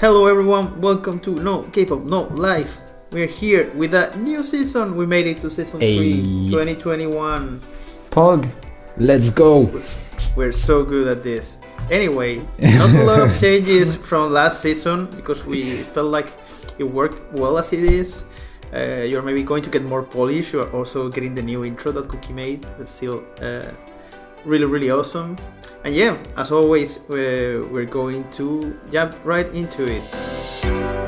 Hello everyone, welcome to No K-pop No Life. We're here with a new season. We made it to season Hey. 3, 2021. Pog, let's go. We're so good at this. Anyway, not a lot of changes from last season because we felt like it worked well as it is. Uh, you're maybe going to get more polish. You're also getting the new intro that Cookie made. That's still uh, really, really awesome. And yeah, as always, uh, we're going to jump right into it.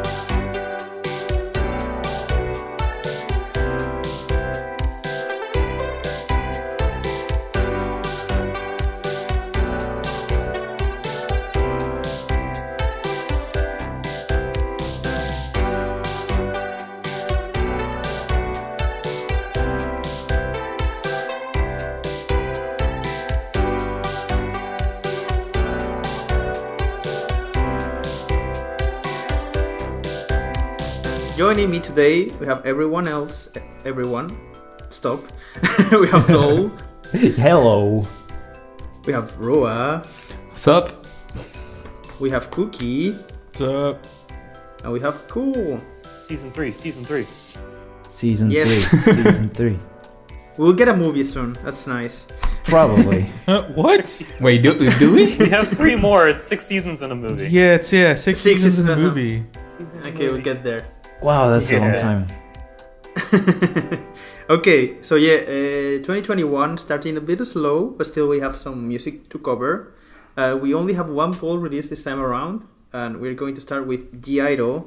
Joining me today, we have everyone else. Everyone, stop. we have Dole, Hello. we have Roa, Sup? we have Cookie, Sup? and we have Cool. Season three, season three. Season Yes. three. Season three. We'll get a movie soon. That's nice. Probably. Uh, what? Wait, do, do we? We have three more. It's six seasons in a movie. yeah, it's yeah, six, Six seasons is in the enough. movie. Seasons in a Okay, we'll movie. get there. Wow, that's a long Yeah. time. okay, so yeah, uh, 2021 starting a bit slow, but still we have some music to cover. Uh, we only have one poll released this time around, and we're going to start with Giairo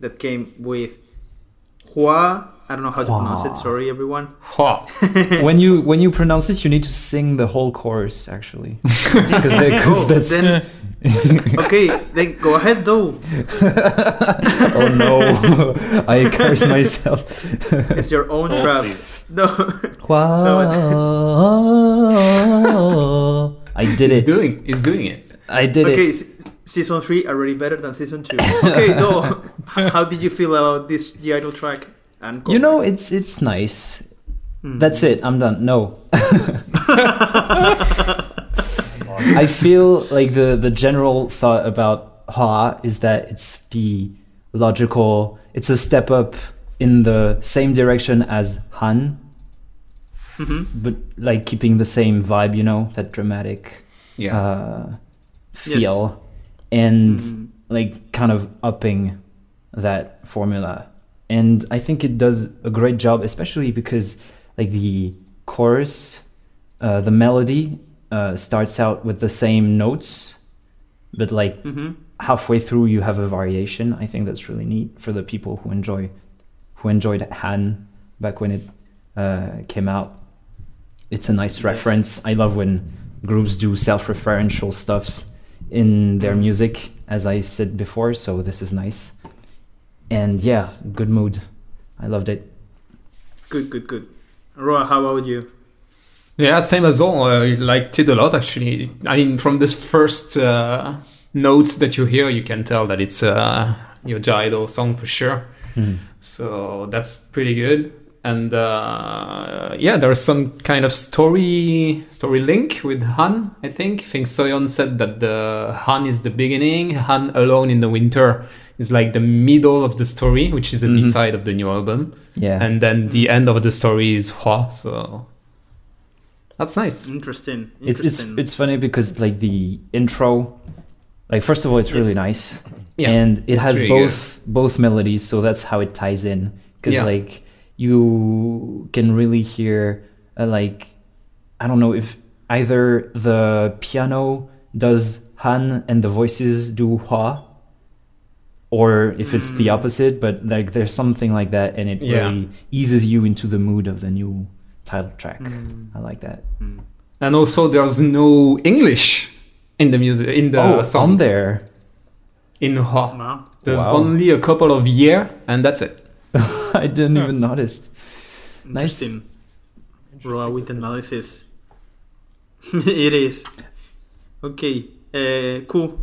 that came with Hua. I don't know how to Hua. pronounce it, sorry everyone. Ha. when you when you pronounce it, you need to sing the whole chorus actually, because Oh, that's then, okay, then go ahead though. oh no, I curse myself. It's your own Oh, trap. please. No. Wow. I did It's it. doing, it's doing it. I did okay, it. se- season three already better than season two. Okay, though, how did you feel about this G Idol track? And You know, it's it's nice. That's it. I'm done. No. I feel like the the general thought about Ha is that it's the logical. It's a step up in the same direction as Han, Mhm. but like keeping the same vibe. You know, that dramatic Yeah. uh, feel, and Mm. like kind of upping that formula. And I think it does a great job, especially because like the chorus, uh, the melody uh, starts out with the same notes, but like Mhm. halfway through you have a variation. I think that's really neat for the people who enjoy who enjoyed Han back when it uh, came out. It's a nice reference. I love when groups do self-referential stuffs in their music, as I said before. So this is nice, and yeah, good mood. I loved it. Good, good, good. Roa, how about you? Yeah, same as all. I liked it a lot, actually. I mean, from this first uh, notes that you hear, you can tell that it's uh, your Jaido song for sure. So that's pretty good. And uh, yeah, there's some kind of story story link with Han. I think. I think Soyeon said that the Han is the beginning. Han alone in the winter is like the middle of the story, which is the Mhm. B-side of the new album. Yeah, And then the end of the story is Hua. So that's nice. Interesting. Interesting. it's it's it's funny because like the intro, like first of all, it's really Yes. nice. Yeah. and it it's has really both both melodies so that's how it ties in because Yeah. like you can really hear uh, like i don't know if either the piano does han and the voices do hua or if it's the Mm. opposite but like there's something like that and it Yeah. really eases you into the mood of the new title track Mm. i like that Mm. and also there's no English in the music in the oh song on there in Hua. Wow. There's Wow. only a couple of year, and that's it. i didn't even notice Nice. Interesting. Roa with analysis. it is. Okay, uh, cool.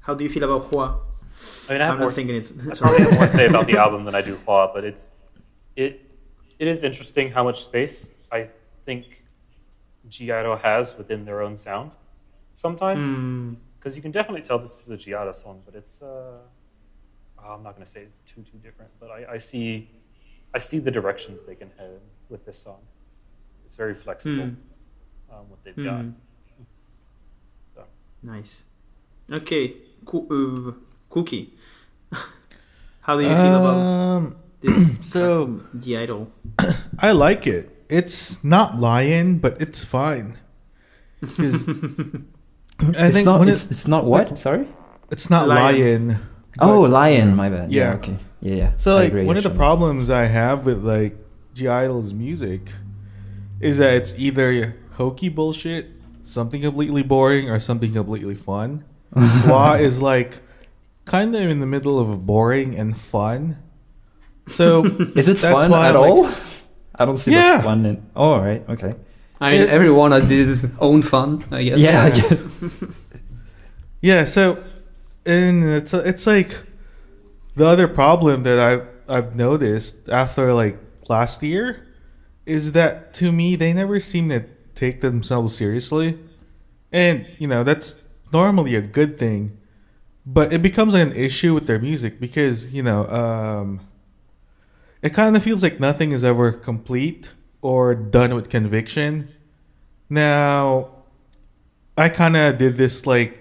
How do you feel about Hua? I mean, I have I'm more. not singing it. I Sorry. probably have more to say about the album than I do Hua, but it's it it is interesting how much space I think Giotto has within their own sound sometimes Mm. because you can definitely tell this is a Giotto song, but it's uh, oh, I'm not going to say it's too too different, but I, I see, I see the directions they can head with this song. It's very flexible, um, what they've got. Mm. Hmm. Nice. Okay, Coo- uh, Cookie. How do you feel about Um, this? Uh, so the idol. I like it. It's not lion, but it's fine. 'Cause I it's think not. when Oh, It's, it's, it's not what? Sorry. it's not Lion. lion. Oh, but- lion. My bad. Yeah. Yeah. okay. Yeah. Yeah. So I like agree, one of the actually. problems I have with like G Idol's music is that it's either hokey bullshit, something completely boring, or something completely fun. Wa is like kind of in the middle of boring and fun. So Is it that's fun why I at like- all? I don't see Yeah. the fun in. Oh, all right. Okay. I mean, It- everyone has his own fun, I guess. Yeah. I get- Yeah, so and it's it's like the other problem that I I've noticed after like last year is that to me they never seem to take themselves seriously. And you know, that's normally a good thing, but it becomes an issue with their music because, you know, um it kind of feels like nothing is ever complete or done with conviction. Now, I kind of did this like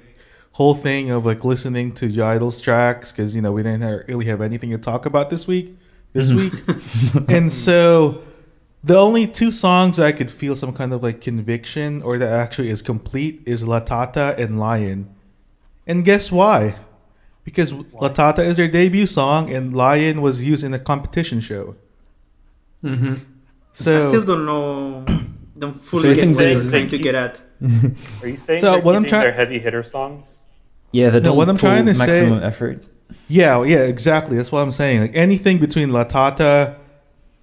whole thing of like listening to the Idol's tracks because you know we didn't ha- really have anything to talk about this week, this Mm-hmm. week, and so the only two songs I could feel some kind of like conviction or that actually is complete is La Tata and Lion, and guess why? Because La Tata is their debut song and Lion was used in a competition show. Mm-hmm. So I still don't know. Don't fully you get think what they- you're trying to they- get at. Are you saying So they're what I'm keeping try- their heavy hitter songs? yeah. The No, what I'm trying to say- maximum effort. Yeah, yeah, exactly. That's what I'm saying. Like anything between La Tata,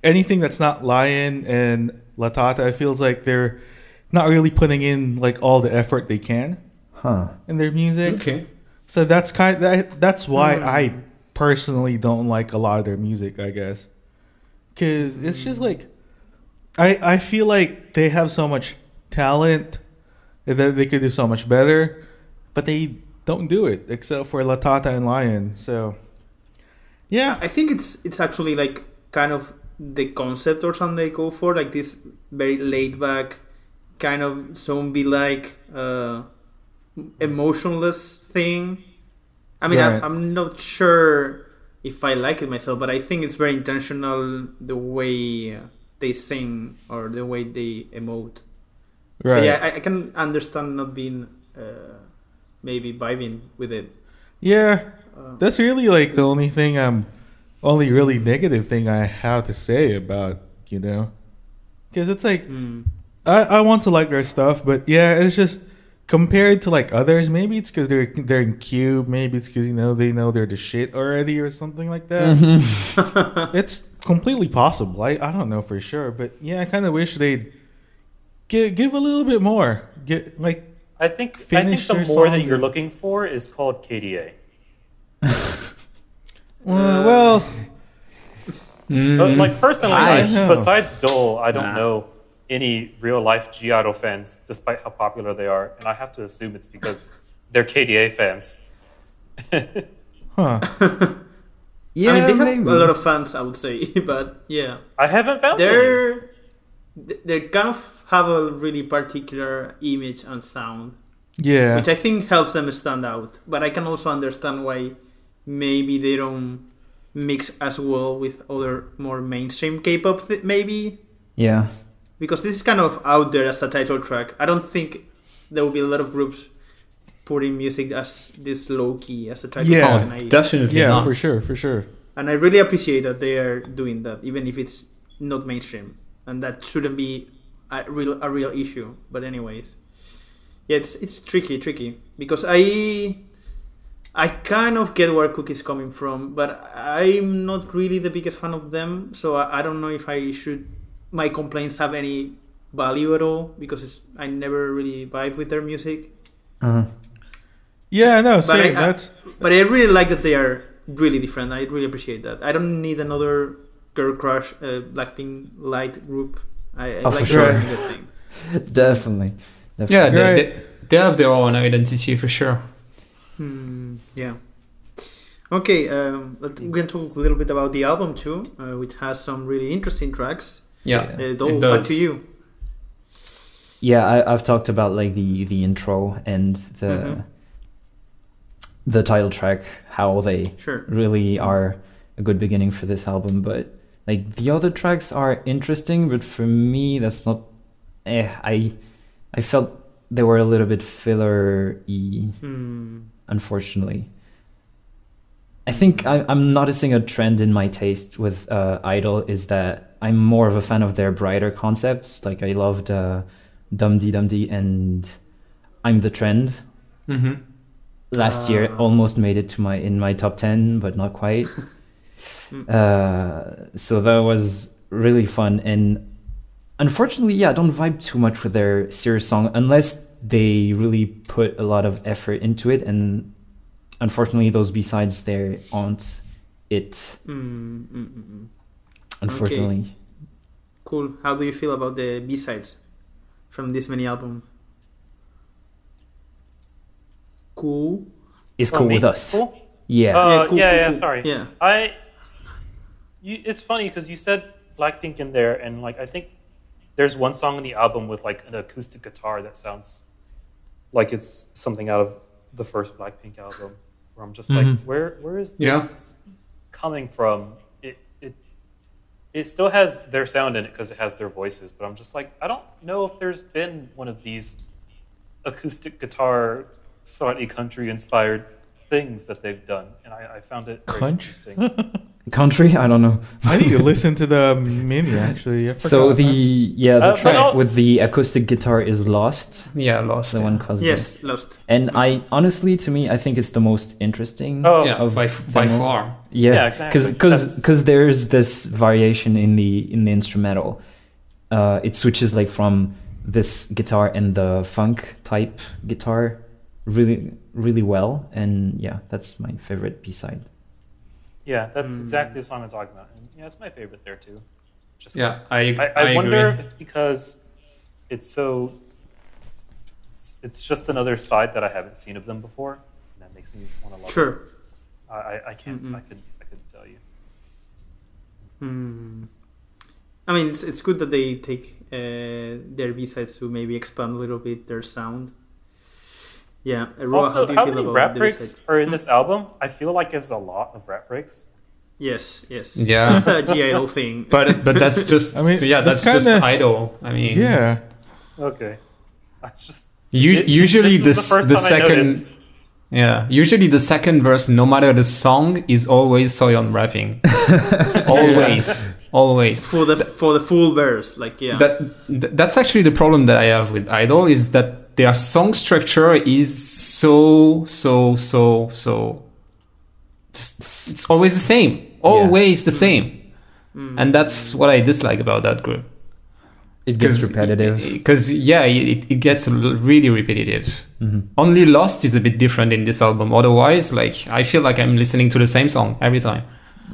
anything that's not Lion and La Tata, it feels like they're not really putting in like all the effort they can Huh. in their music. Okay. So that's kind that that's why I personally don't like a lot of their music, I guess. Cuz it's just like I I feel like they have so much talent and that they could do so much better, but they don't do it except for Latata and Lion. So yeah, I think it's it's actually like kind of the concept or something they go for, like this very laid back, kind of zombie like, uh, emotionless thing. I mean, Right. I, I'm not sure if I like it myself, but I think it's very intentional the way they sing or the way they emote. But right. Yeah, Yeah. I, I can understand not being uh, maybe vibing with it. Uh, That's really like the only thing I'm only really negative thing I have to say about, you know. Cuz it's like mm. I, I want to like their stuff, but yeah, it's just compared to like others, maybe it's because they're they're in cube, maybe it's because you know they know they're the shit already or something like that. Mm-hmm. mm. it's completely possible. I, I don't know for sure, but yeah, I kind of wish they'd give give a little bit more. Get like I think Finish I their think the more that songs you're and- looking for is called KDA. uh, well, Mm. But Uh, like personally, I I know. besides Dole, I don't Nah. know any real life Giotto fans, despite how popular they are, and I have to assume it's because they're KDA fans. huh? Yeah. I mean, they have maybe. a lot of fans, I would say, but yeah, I haven't found any. they're they kind of have a really particular image and sound, Yeah, which I think helps them stand out. But I can also understand why maybe they don't mix as well with other more mainstream K-pop, th- maybe Yeah. because this is kind of out there as a title track. I don't think there will be a lot of groups putting music as this low key as a title Yeah, track. Oh, and I- definitely yeah, not. for sure, for sure. and I really appreciate that they are doing that, even if it's not mainstream, and that shouldn't be a real a real issue. But anyways, yeah, it's it's tricky, tricky because I I kind of get where Cookie's coming from, but I'm not really the biggest fan of them, so I, I don't know if I should my complaints have any value at all because it's, I never really vibe with their music. Uh, Yeah, no, But I- same. that's But I really like that they are really different. I really appreciate that. I don't need another girl crush, uh, Blackpink light group. I, I Oh, like for sure. that kind of thing. definitely. definitely. Yeah, they, Right. they, they have their own identity for sure. Hmm, yeah. Okay, um, let, we can talk a little bit about the album too, uh, which has some really interesting tracks. Yeah. Uh, It Dol, back does. to you. yeah I, i've talked about like the the intro and the Mhm. the title track how they Sure. really are a good beginning for this album but like the other tracks are interesting but for me that's not eh, i i felt they were a little bit filler y Hmm. unfortunately i think I, i'm noticing a trend in my taste with uh, idol is that i'm more of a fan of their brighter concepts like i loved uh, dum dee dum dee and i'm the trend Mm-hmm. last year Ah. almost made it to my in my top 10 but not quite Mm. uh, so that was really fun and unfortunately yeah I don't vibe too much with their serious song unless they really put a lot of effort into it and unfortunately those besides there aren't it Hmm. mm, mm, mm. unfortunately Cool. How do you feel about the B sides from this many album? Cool. it's Oh, cool me? with us Cool? yeah Uh, cool, yeah, cool, yeah, cool. sorry. Yeah. I. You, it's funny because you said Blackpink in there, and like I think there's one song in the album with like an acoustic guitar that sounds like it's something out of the first Blackpink album, where I'm just like, Mm-hmm. Mhm. where where is Yeah. this coming from? It it it still has their sound in it because it has their voices, but I'm just like, I don't know if there's been one of these acoustic guitar, slightly country inspired things that they've done, and I, I found it very Country? interesting. country i don't know I need to listen to the mini actually. I forgot, so the man. yeah Uh, the but track I'll- with the acoustic guitar is lost Yeah, lost. the one caused this. Yes, lost. And I honestly, to me, I think it's the most interesting. Oh, yeah, of by, by demo. far. yeah, yeah, because exactly. because That's- there's this variation in the in the instrumental. Uh, it switches like from this guitar and the funk type guitar, really really well. And yeah, that's my favorite B side. yeah, that's Hmm. exactly the song I'm talking about. And yeah, it's my favorite there too. Just Yeah, 'cause. I, I, I, I, wonder if agree. it's because it's so. It's, it's just another side that I haven't seen of them before, and that makes me want to love it. Sure. I, I, I can't. Mm-mm. I could. I couldn't tell you. Hmm. I mean, it's, it's good that they take uh, their B sides to maybe expand a little bit their sound. Yeah, uh, Roa, how also, do you how feel many about rap the breaks B-sides? are in this album? I feel like there's a lot of rap breaks. Yes, yes. Yeah. It's a GIO thing. But but that's just I mean, yeah, that's, that's just kinda- idol. I mean, yeah, Okay, I just U- It- usually this this, is the first the, time I second noticed. yeah usually the second verse no matter the song is always Soyeon rapping always always for the for the full verse, like yeah, that th- that's actually the problem that I have with idol is that their song structure is so so so so just it's always the same always the Mm-hmm. same Hmm. and that's what I dislike about that group It gets repetitive. because yeah it, it gets l- really repetitive Mm-hmm. only lost is a bit different in this album otherwise like i feel like i'm listening to the same song every time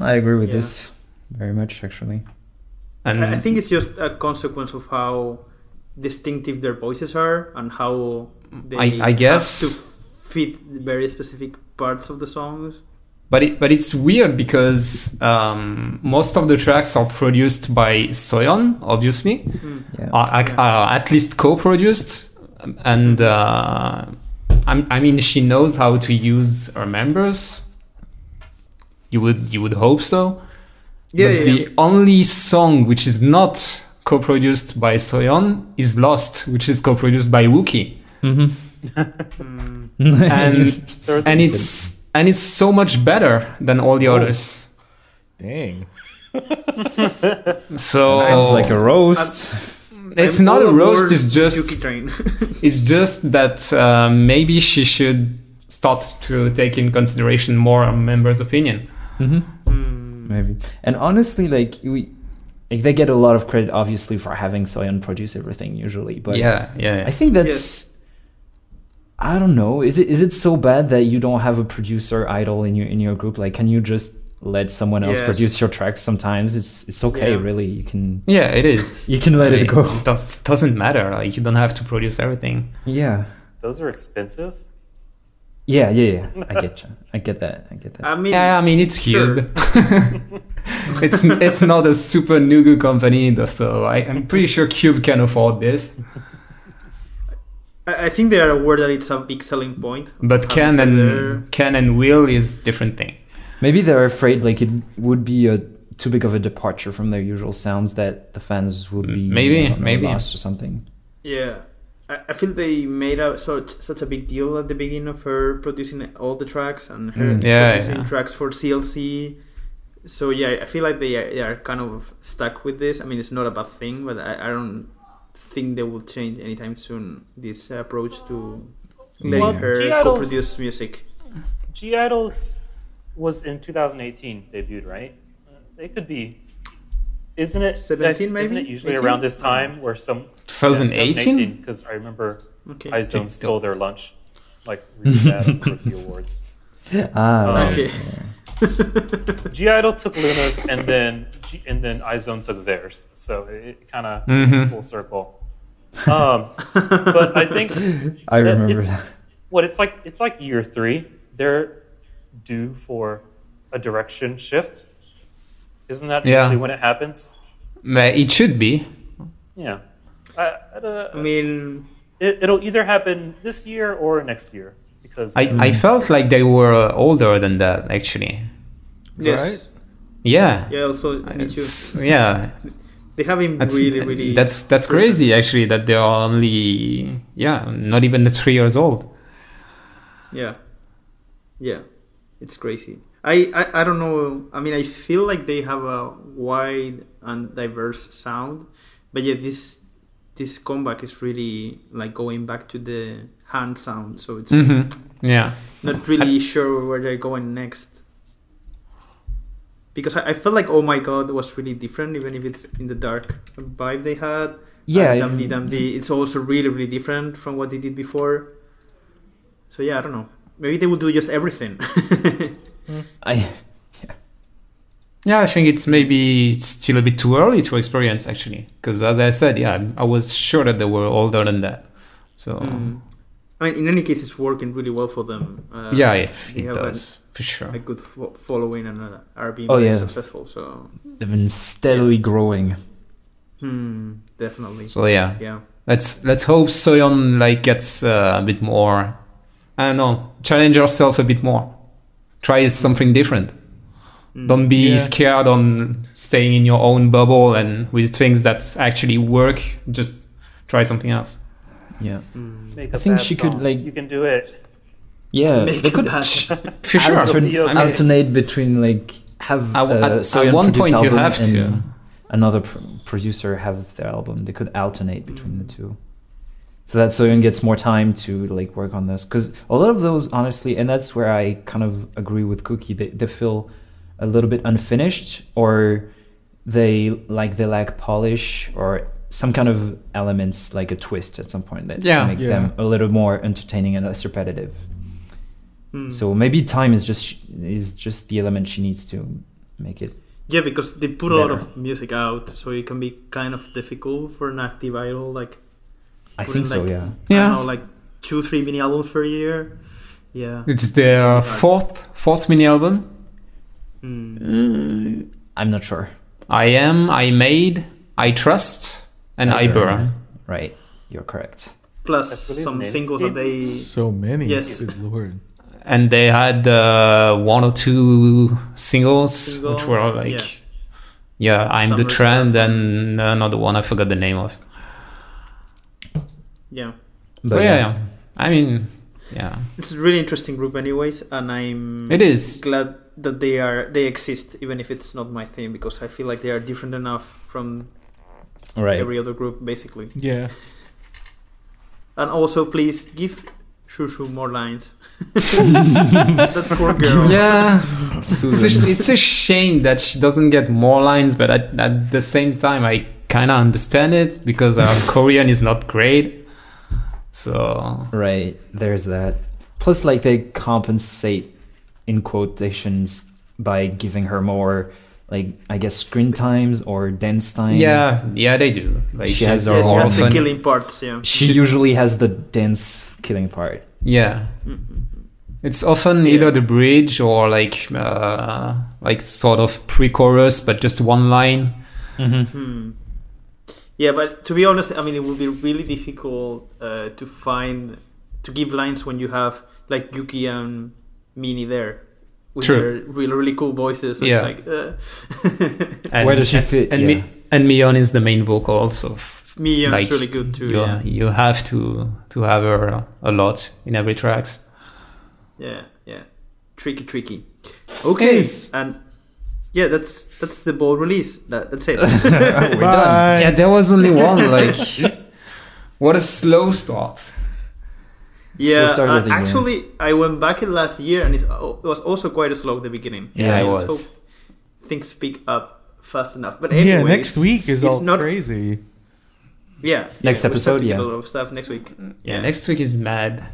I agree with Yeah. this very much, actually. and I I think it's just a consequence of how distinctive their voices are and how they I- I guess. have to fit very specific parts of the songs. but it, but it's weird because um, most of the tracks are produced by soyeon obviously Hmm. Yeah. are, ac- are at least co-produced and uh, I'm, i mean she knows how to use her members you would you would hope so Yeah, but yeah, the yeah. only song which is not co-produced by Soyeon is Lost, which is co-produced by Wookie. And so and it's and it's so much better than all Oh. the others. dang. So Sounds like a roast. it's I'm not all a roast, aboard it's just Yuki train. It's just that uh, maybe she should start to take in consideration more a member's opinion. Mm-hmm. Mm. maybe. And honestly, like we, like they get a lot of credit, obviously, for having Soyeon produce everything usually. But yeah, yeah. yeah. I think that's. Yes. I don't know. Is it is it so bad that you don't have a producer idol in your in your group? Like, can you just let someone else Yes. produce your tracks? Sometimes it's it's okay. Yeah. Really, you can yeah, it is. you can let it go. It does, doesn't matter. Like you don't have to produce everything. Yeah, those are expensive. Yeah, yeah, yeah. I get you. I get that. I get that. I mean, Yeah, I mean it's Sure. Cube. it's it's not a super new company, though, so I, I'm pretty sure Cube can afford this. I, I think they are aware that it's a big selling point. But Have can their- and can and will is different thing. Maybe they're afraid like it would be a too big of a departure from their usual sounds that the fans would be Maybe, I don't know, maybe. lost or something. Yeah. I I feel they made a such such a big deal at the beginning of her producing all the tracks and her Mm. Yeah, producing yeah. tracks for CLC. So yeah, I feel like they are, they are kind of stuck with this. I mean, it's not a bad thing, but I, I don't think they will change anytime soon this approach to letting Well, her G Idols- co-produce music. G Idols was in 2018 debuted, right? Uh, They could be. Isn't it 17 Isn't it maybe? usually 18? around this time where some 2018. Because I remember Okay. iZone stole their lunch, like reading that at the Rookie Awards. Ah, Um, right. okay. G Idol took Luna's, and then G- and then iZone took theirs. So it, kind of Mm-hmm. Mhm. full circle. Um, but I think I that remember it's- that. what it's like it's like year three they're due for a direction shift isn't that Yeah. usually when it happens But it should be. yeah I, I, don't- I mean, it, it'll either happen this year or next year because I, Mm. I felt like they were uh, older than that actually. yes. Right? Yeah. Yeah. Also, me too. It's- yeah. They have him That's really, really. that's that's recent. crazy actually that they are only yeah not even three years old. Yeah, yeah, it's crazy. I, I I don't know. I mean, I feel like they have a wide and diverse sound, but yeah, this this comeback is really like going back to the hand sound. So it's hmm Yeah. not really sure where they're going next. Because I, I felt like Oh My God was really different, even if it's in the dark vibe they had. Yeah, And Dum Dee it- Dum Dee, it's also really, really different from what they did before. So yeah, I don't know. Maybe they will do just everything. I Yeah, I think it's maybe still a bit too early to experience actually, because as I said, yeah, I was sure that they were older than that. So Mm. I mean, in any case, it's working really well for them. Uh, yeah, it, they it have does for A, a sure. good fo- following and uh, are being Oh, very yeah. successful. So they've been steadily growing. hmm, definitely, So yeah, yeah. let's let's hope Soyeon like gets uh, a bit more. I don't know, challenge yourself a bit more. Try something different. Mm. Don't be Yeah. scared on staying in your own bubble and with things that actually work. Just try something else. Yeah, Hmm. make I a think bad she could, song. like- you can do it yeah. Make uh, They could that. For sure. altern- It'll be okay. alternate between like have I w- uh, at- at Soyeon one produce point you album have and to. Another pr- producer have their album. They could alternate between the two, so that Soyeon gets more time to like work on this. Because a lot of those, honestly, and that's where I kind of agree with Cookie. They they feel a little bit unfinished, or they like they lack polish or some kind of elements like a twist at some point that Yeah. to make Yeah. them a little more entertaining and less repetitive. Hmm. So maybe time is just is just the element she needs to make it. Yeah, because they put a lot Better. of music out, so it can be kind of difficult for an active idol. Like, I Put in, think so. like, Yeah. I Yeah. don't know, like two, three mini albums per year. Yeah. It's their fourth fourth mini album. Hmm. I'm not sure. I am, I made, I trust, and I, burn. Right. You're correct. Plus That's really some nice. singles that they. So many. Yes. Good lord. And they had uh, one or two singles, Single, which were like, yeah, I'm the Summer trend, stuff. and another one I forgot the name of. Yeah. But yeah, yeah. I mean, yeah, It's a really interesting group, anyways, and I'm it is. glad that they are they exist, even if it's not my thing, because I feel like they are different enough from Right. every other group, basically. Yeah. And also, please give Shushu more lines. that poor girl. Yeah, it's Susan. a, it's a shame that she doesn't get more lines, but at, at the same time, I kind of understand it because our Korean is not great. So Right. There's that. Plus, like they compensate in quotations by giving her more, like I guess, screen times or dance time. yeah, yeah, they do. Like She has she's her an Yes, own that's the orphan. killing parts. Yeah. She usually has the dance killing part. Yeah, Mm. It's often either the bridge or like uh, like sort of pre-chorus, but just one line. Mm-hmm. Hmm. Yeah, but to be honest, I mean, it would be really difficult uh, to find to give lines when you have like Yuki and Mini there with True. their really really cool voices. It's Yeah. like uh, And, Where does she fit? And, yeah. Mi- and Mion is the main vocal, so f- Miyon's Like, really good too. you, Yeah. you have to to have her a lot in every tracks. yeah, yeah, tricky, tricky. Okay, Yes. and yeah, that's that's the ball release. That, that's it. We're done. Bye. Yeah, there was only one. Like, what a slow start. yeah, start uh, with the, uh, actually, I went back in last year, and it's, it was also quite slow at the beginning. Yeah, it let's was. hope Things pick up fast enough. But anyway, yeah, next week is it's all not- crazy. Yeah. yeah, Next we'll start episode, to get A yeah. lot of stuff next week. Yeah, next week is mad.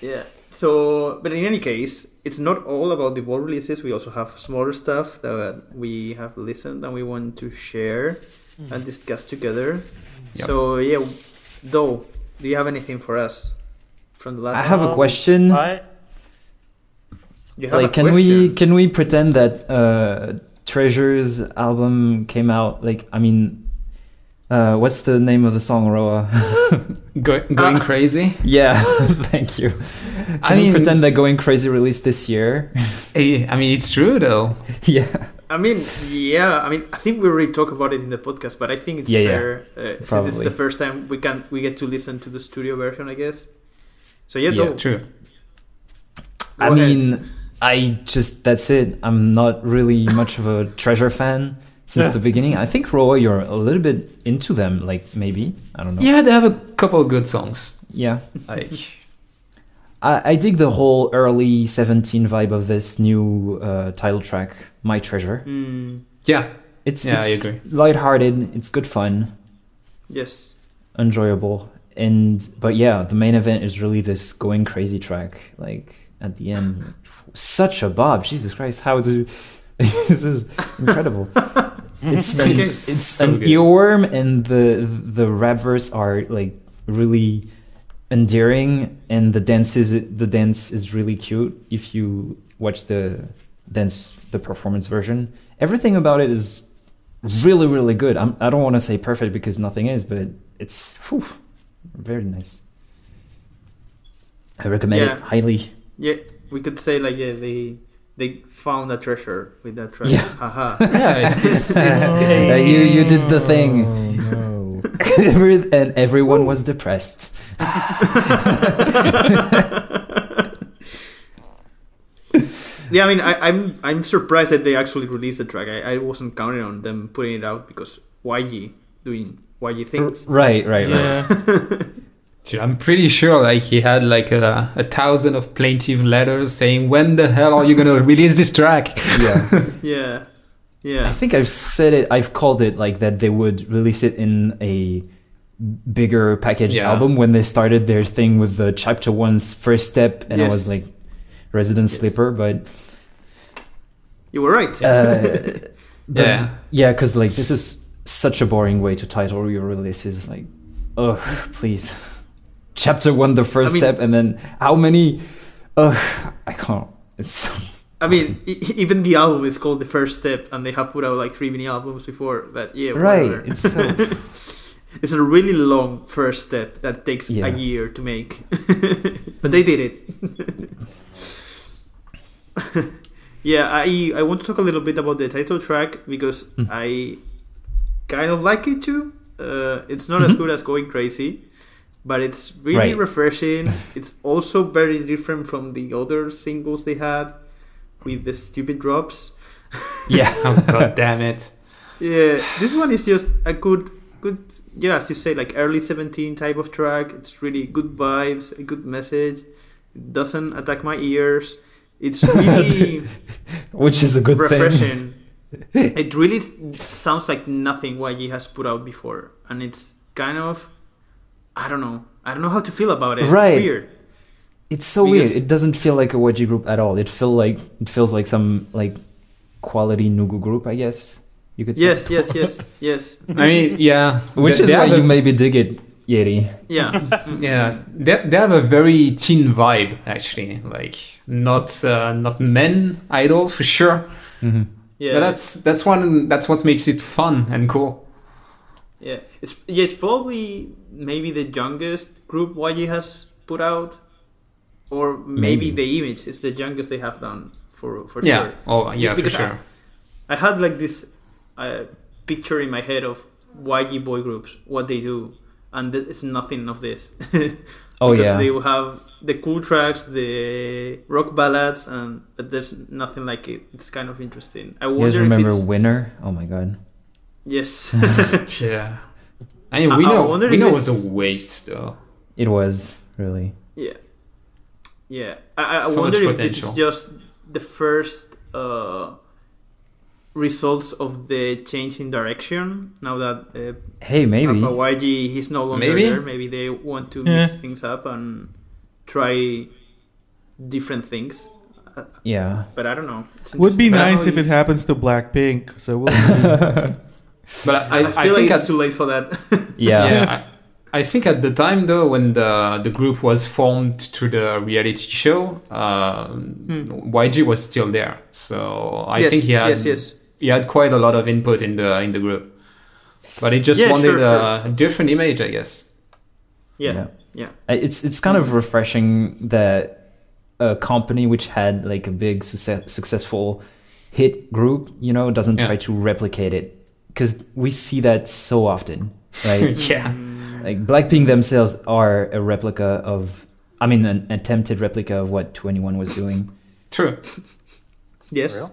Yeah. So, but in any case, it's not all about the world releases. We also have smaller stuff that we have listened and we want to share and discuss together. Yep. So, yeah, though, do you have anything for us from the last? I have a Um, question. I, you have a like can we can we pretend that uh treasures album came out like i mean uh what's the name of the song roa uh, Go- going Ah. crazy. yeah thank you can I we mean- pretend that going crazy released this year Eh, I mean, it's true though. yeah I mean, yeah. I mean, I think we already talked about it in the podcast, but I think it's Yeah, yeah. fair Uh, since it's Probably. the first time we can we get to listen to the studio version, I guess. So yeah, Yeah. though, True. i Go ahead. mean i just that's it i'm not really much of a treasure fan since the beginning i think roa you're a little bit into them like maybe i don't know Yeah, they have a couple good songs. yeah. Like, I, I dig the whole early 17 vibe of this new uh, title track, My Treasure. Mm, yeah, It's, Yeah, I it's agree. lighthearted, it's good fun, yes. enjoyable. And but yeah, the main event is really this going crazy track, like at the end. Such a bob, Jesus Christ, how do this is incredible. it's Okay. it's, So it's an good. earworm and the the rap verse are like really endearing and the dance is the dance is really cute if you watch the dance the performance version everything about it is really really good I'm, i don't want to say perfect because nothing is but it's whew, very nice i recommend Yeah. it highly Yeah, we could say like yeah, they they found a treasure with that treasure. Yeah. Haha. yeah, it's, Uh, you you did the thing Oh, no. Every- and everyone was depressed yeah, I mean, I, I'm I'm surprised that they actually released the track. I, I wasn't counting on them putting it out because YG doing YG things. right right right yeah. Dude, I'm pretty sure like he had like a, a thousand of plaintive letters saying, "When the hell are you gonna release this track?" yeah Yeah, i yeah, think i've said it i've called it like that they would release it in a bigger packaged Yeah. album when they started their thing with the chapter one's first step and i was Yes. like resident Yes. sleeper but you were right. uh, but Yeah. yeah because like this is such a boring way to title your releases like oh please chapter one the first mean- step and then how many Ugh, i can't it's I mean, e- even the album is called the first step, and they have put out like three mini albums before. But yeah, right whatever. it's so It's a really long first step that takes Yeah. a year to make. but they did it. yeah, I I want to talk a little bit about the title track because Mm. I kind of like it too. Uh, it's not as Mhm. good as Going Crazy, but it's really Right. refreshing. it's also very different from the other singles they had with the stupid drops. yeah oh god damn it! Yeah, this one is just a good, good. Yeah, as you say, like early seventeen type of track. It's really good vibes, a good message. It doesn't attack my ears. It's really which is a good thing refreshing. it really s- sounds like nothing what he has put out before, and it's kind of, I don't know, I don't know how to feel about it. Right. It's weird. It's so Because- weird. It doesn't feel like a YG group at all. It feel like it feels like some like quality Nugu group, I guess you could say. Yes, yes, yes, yes. I mean, yeah, Which they- is they why have a- you maybe dig it Yeri. Yeah. Mm, Yeah, they, they have a very teen vibe actually. Like not uh, not men idol for sure. Mhm. Yeah. But that's that's one that's what makes it fun and cool. Yeah, it's yeah, it's probably maybe the youngest group YG has put out, or maybe, Maybe. the image is the youngest they have done for for Yeah. sure. Oh yeah, for Because I- sure. I had like this uh, picture in my head of YG boy groups, what they do, and th- it's nothing of this. Oh because yeah. they will have the cool tracks, the rock ballads, and but there's nothing like it. It's kind of interesting. I You guys wonder if remember it's Winner? Oh my god. yes. Yeah. I mean, I- we I know wonder we if know it was it's- a waste though. It was really. Yeah, yeah. I, I- I So much wonder if this is potential. just the first uh, results of the change in direction. Now that Hey, uh, maybe. Appa YG is no longer Maybe. there, maybe they want to Yeah. mix things up and try different things. Yeah. But I don't know. It's Would be interesting. I don't nice know if it happens to Blackpink. So we'll see. But I I, feel I, I like think it's at, too late for that. Yeah. I, I think at the time though, when the the group was formed to the reality show, um, YG was still there. So I yes, think he had yes, yes. he had quite a lot of input in the in the group. But he just Yeah, wanted sure, a different image, I guess. Yeah. Yeah. yeah. I- It's it's kind of refreshing that a company which had like a big success, successful hit group, you know, doesn't Yeah. try to replicate it because we see that so often. Like yeah. like Blackpink themselves are a replica of, I mean, an attempted replica of what Twenty One was doing. True. Yes.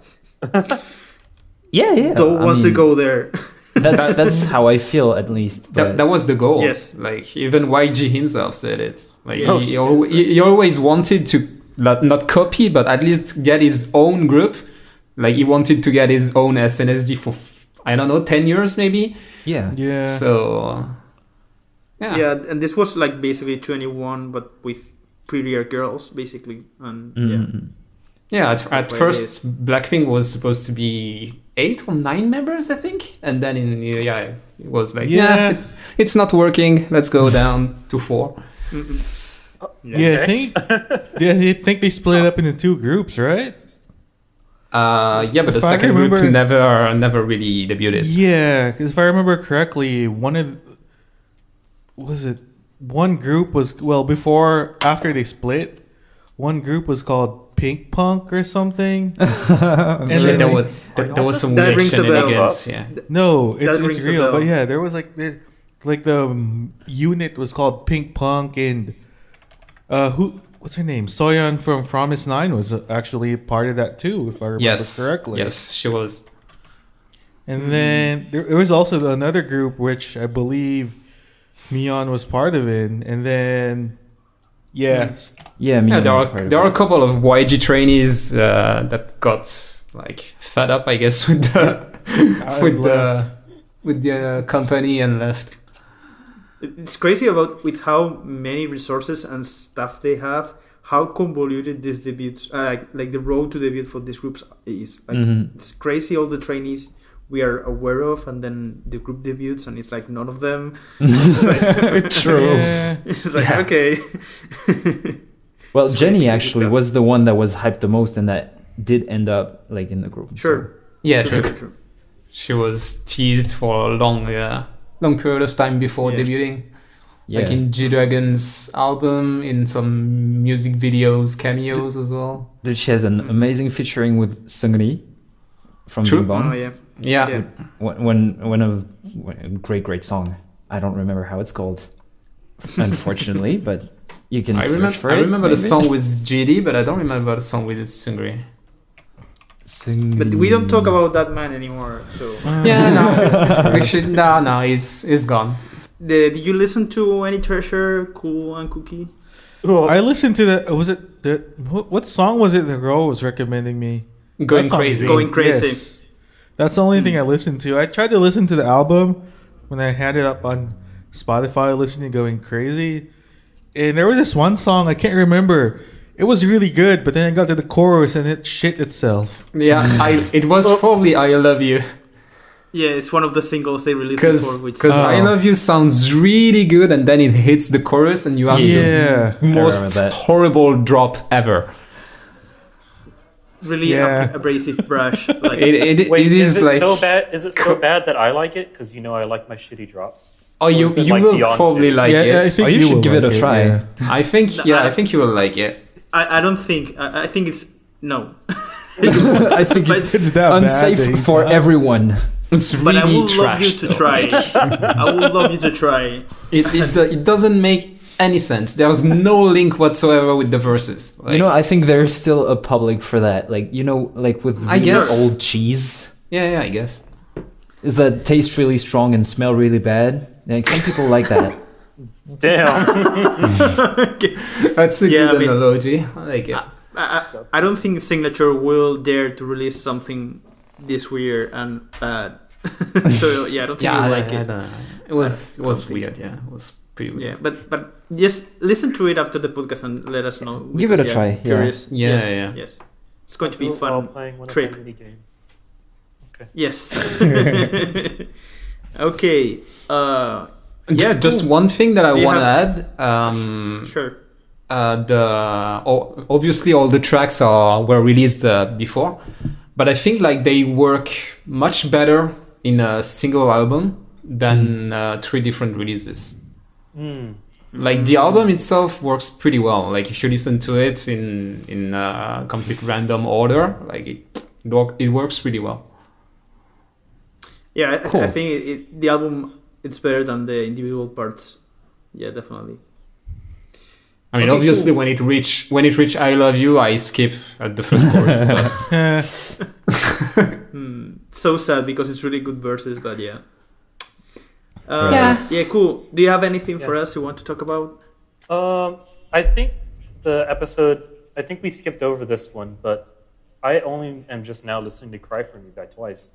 Yeah, yeah. Don't I want to mean, go there. That's that's how I feel at least. That, but- that was the goal. Yes. Oh, Like even YG himself said it. Like Yes. he, al- he, he always wanted to not, not copy, but at least get his own group. Like he wanted to get his own SNSD for I don't know ten years maybe. yeah. yeah. So yeah. yeah. and this was like basically 21 but with prettier girls basically and Mm-hmm. yeah Mm. Yeah, at, at That's why first Blackpink was supposed to be eight or nine members, I think, and then in yeah, it was like yeah, Yeah. it- it's not working. Let's go down to four. Mm-mm. Yeah, I think yeah, they think they split it up into two groups, right? Uh, yeah, but the If I second remember- group never never really debuted. Yeah, 'cause if I remember correctly, one of th- was it one group was well before after they split, one group was called Pink Punk or something. and Yeah, then there they- was there, there was some That weird rings a bell. shenanigans. Yeah, no, it's That it's rings a real, bell. but yeah, there was like there, like the um, unit was called Pink Punk and uh who what's her name? Soyeon from Promise 9 was uh, actually part of that too if I remember yes, correctly. yes, she was. And then there, there was also another group which I believe Neon was part of it. And then, yeah, s- Yeah, me Yeah, and there you are part of there are a it. couple of YG trainees uh, that got like fed up, I guess, with the Mm. I with the left. with the uh, company and left. it's crazy about with how many resources and stuff they have how convoluted this debut uh, like, like the road to debut for these groups is like Mm-hmm. Mhm. it's crazy all the trainees we are aware of and then the group debuts and it's like none of them True. Yeah. it's like Yeah. okay Well, It's really Jenny good actually stuff. was the one that was hyped the most, and that did end up like in the group. so- sure Yeah, True, true. true, true. She was teased for a long, uh, long period of time before Yeah. debuting. yeah. Like in G Dragon's album, in some music videos, cameos as well. That she has an Mm. amazing featuring with Sungri from Mm-hmm. True. Bing Bong. oh yeah Yeah, Yeah. When when when a, when a great great song. I don't remember how it's called, unfortunately, but you can I search remember. for I it, remember the maybe. song with GD, but I don't remember the song with Sungri. Sungri. But we don't talk about that man anymore. So, Yeah, no, we should. No, no, he's he's gone. the, did you listen to any Treasure, Cool and Cookie? I listened to the, was it, the what, what song was it the girl was recommending me? Going That song is crazy. Going crazy. Yes. That's the only thing I listened to. I tried to listen to the album when I had it up on Spotify, listening to Going Crazy. And there was this one song, I can't remember. It was really good, but then I got to the chorus and it shit itself. Yeah, I, it was Oh. probably I love you. Yeah, it's one of the singles they released before. Because Which because Oh. I Love You sounds really good, and then it hits the chorus, and you have Yeah. the most that. horrible drop ever. really Yeah. ab- abrasive brush. Like It, it, Wait, it is, is, it like so bad? Is it so bad that I like it? Because you know I like my shitty drops. oh, you Or is it you like will beyond probably shitty? like yeah, I it. think Oh, you should will give it like a try. yeah. I think I yeah, I don't- think you will like it. I, I don't think I, I think it's no. I think But- it's It's that bad that you unsafe for can't- everyone. It's But really I would love trash. you to though. try. I would love you to try. It, it, do- it doesn't make any sense. There's no link whatsoever with the verses. Like, you know, I think there's still a public for that. Like you know, like with I really guess. old cheese. yeah, yeah, I guess. Is that taste really strong and smell really bad? Like some people like that. Damn. That's a Yeah, good I mean- analogy. I like it. I, I, I don't think Signature will dare to release something this weird and bad. so yeah, I don't think yeah, you'll I like I it. don't know. It was it was think- weird. Yeah, it was pretty Yeah, weird. but but just listen to it after the podcast and let us know. Give it a because, try, yeah. Curious. Yeah, yes, yeah. Yes, it's going to be While fun. playing one trip. of my mini games. Yes. okay. Uh, yeah. Yeah, just cool. one thing that I Do you want to have- add. Um, Sure. uh, the o- obviously all the tracks are were released uh, before, but I think like they work much better in a single album than uh, three different releases. Mm. Like the album itself works pretty well. Like if you listen to it in in uh, complete random order, like it it work, it works really well. Yeah, I, I- I Cool. think it, it, the album it's better than the individual parts. Yeah, definitely. I mean, Okay, obviously, cool. when it reach when it reach "I love you," I skip at the first chorus. But Eh, Hmm. So sad because it's really good verses, but yeah. Uh, yeah. Yeah. cool. Do you have anything for Yeah. us you want to talk about? Um, I think the episode. I think we skipped over this one, but I only am just now listening to "Cry for Me" by Twice,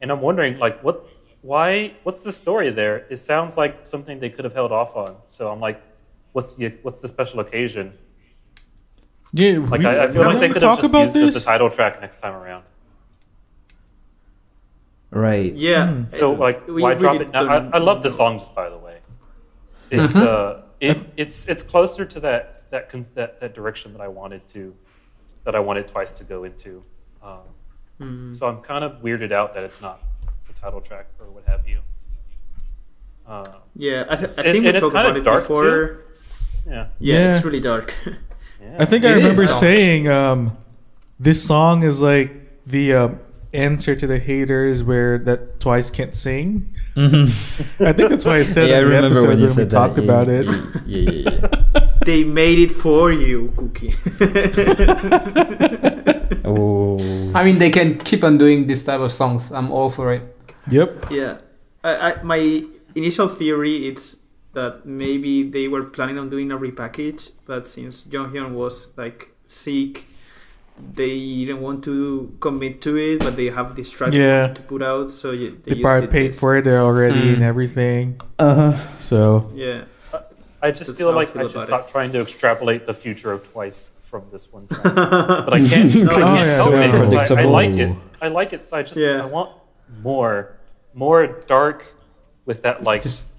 and I'm wondering, like, what, why, what's the story there? It sounds like something they could have held off on. So I'm like, what's the what's the special occasion? yeah, Like, we- I, I feel we're like they gonna could have talk just about used it as this. the title track next time around. Right. Yeah. So Uh, like, we why drop really it now? don't I, I love know. this song just by the way. It's Mm-hmm. uh, it, it's it's closer to that that, con- that that direction that I wanted to, that I wanted twice to go into. Um, Hmm. So I'm kind of weirded out that it's not the title track or what have you. Uh, Yeah, I, th- I It's- it- think we and it's talked kinda about it dark, before. too. yeah, Yeah, it's Yeah. really dark. yeah. I think I It is remember dark. saying um, this song is like the um, answer to the haters where that Twice can't sing. I think that's why I said yeah, I on the remember episode when you we said that. talked Yeah, about yeah, it. Yeah, yeah, yeah. they made it for you, Cookie. Oh. I mean, they can keep on doing this type of songs. I'm all for it. Yep. yeah, I, I, my initial theory is that maybe they were planning on doing a repackage, but since Jonghyun was like sick, they didn't want to commit to it, but they have this track Yeah. to put out, so yeah, they, They just probably did paid this. for it already Hmm. and everything. Uh huh. So Yeah, I just That's feel how I like feel I about should it. stop trying to extrapolate the future of Twice from this one, track. but I can't. I Oh, can't yeah, help so it. It's like, I, unpredictable. like it. I like it. So I just Yeah. I want more, more dark, with that like Just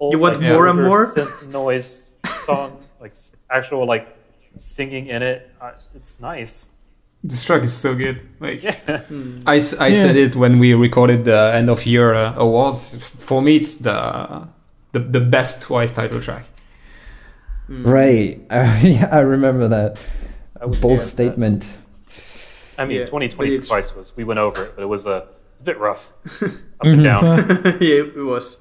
old, You want like, more and older more? synth noise song, like s- actual like singing in it. Uh, it's nice. this track is so good. Like Yeah. I, s- I said it when we recorded the end of year uh, awards. For me, it's the the, the best Twice title track. Right. Uh, yeah, I remember that. I would Bold dance that. statement. I mean, Yeah, 2020 but for it's- twice was we went over it, but it was a it's a bit rough, up Mm-hmm. and down. yeah, it was.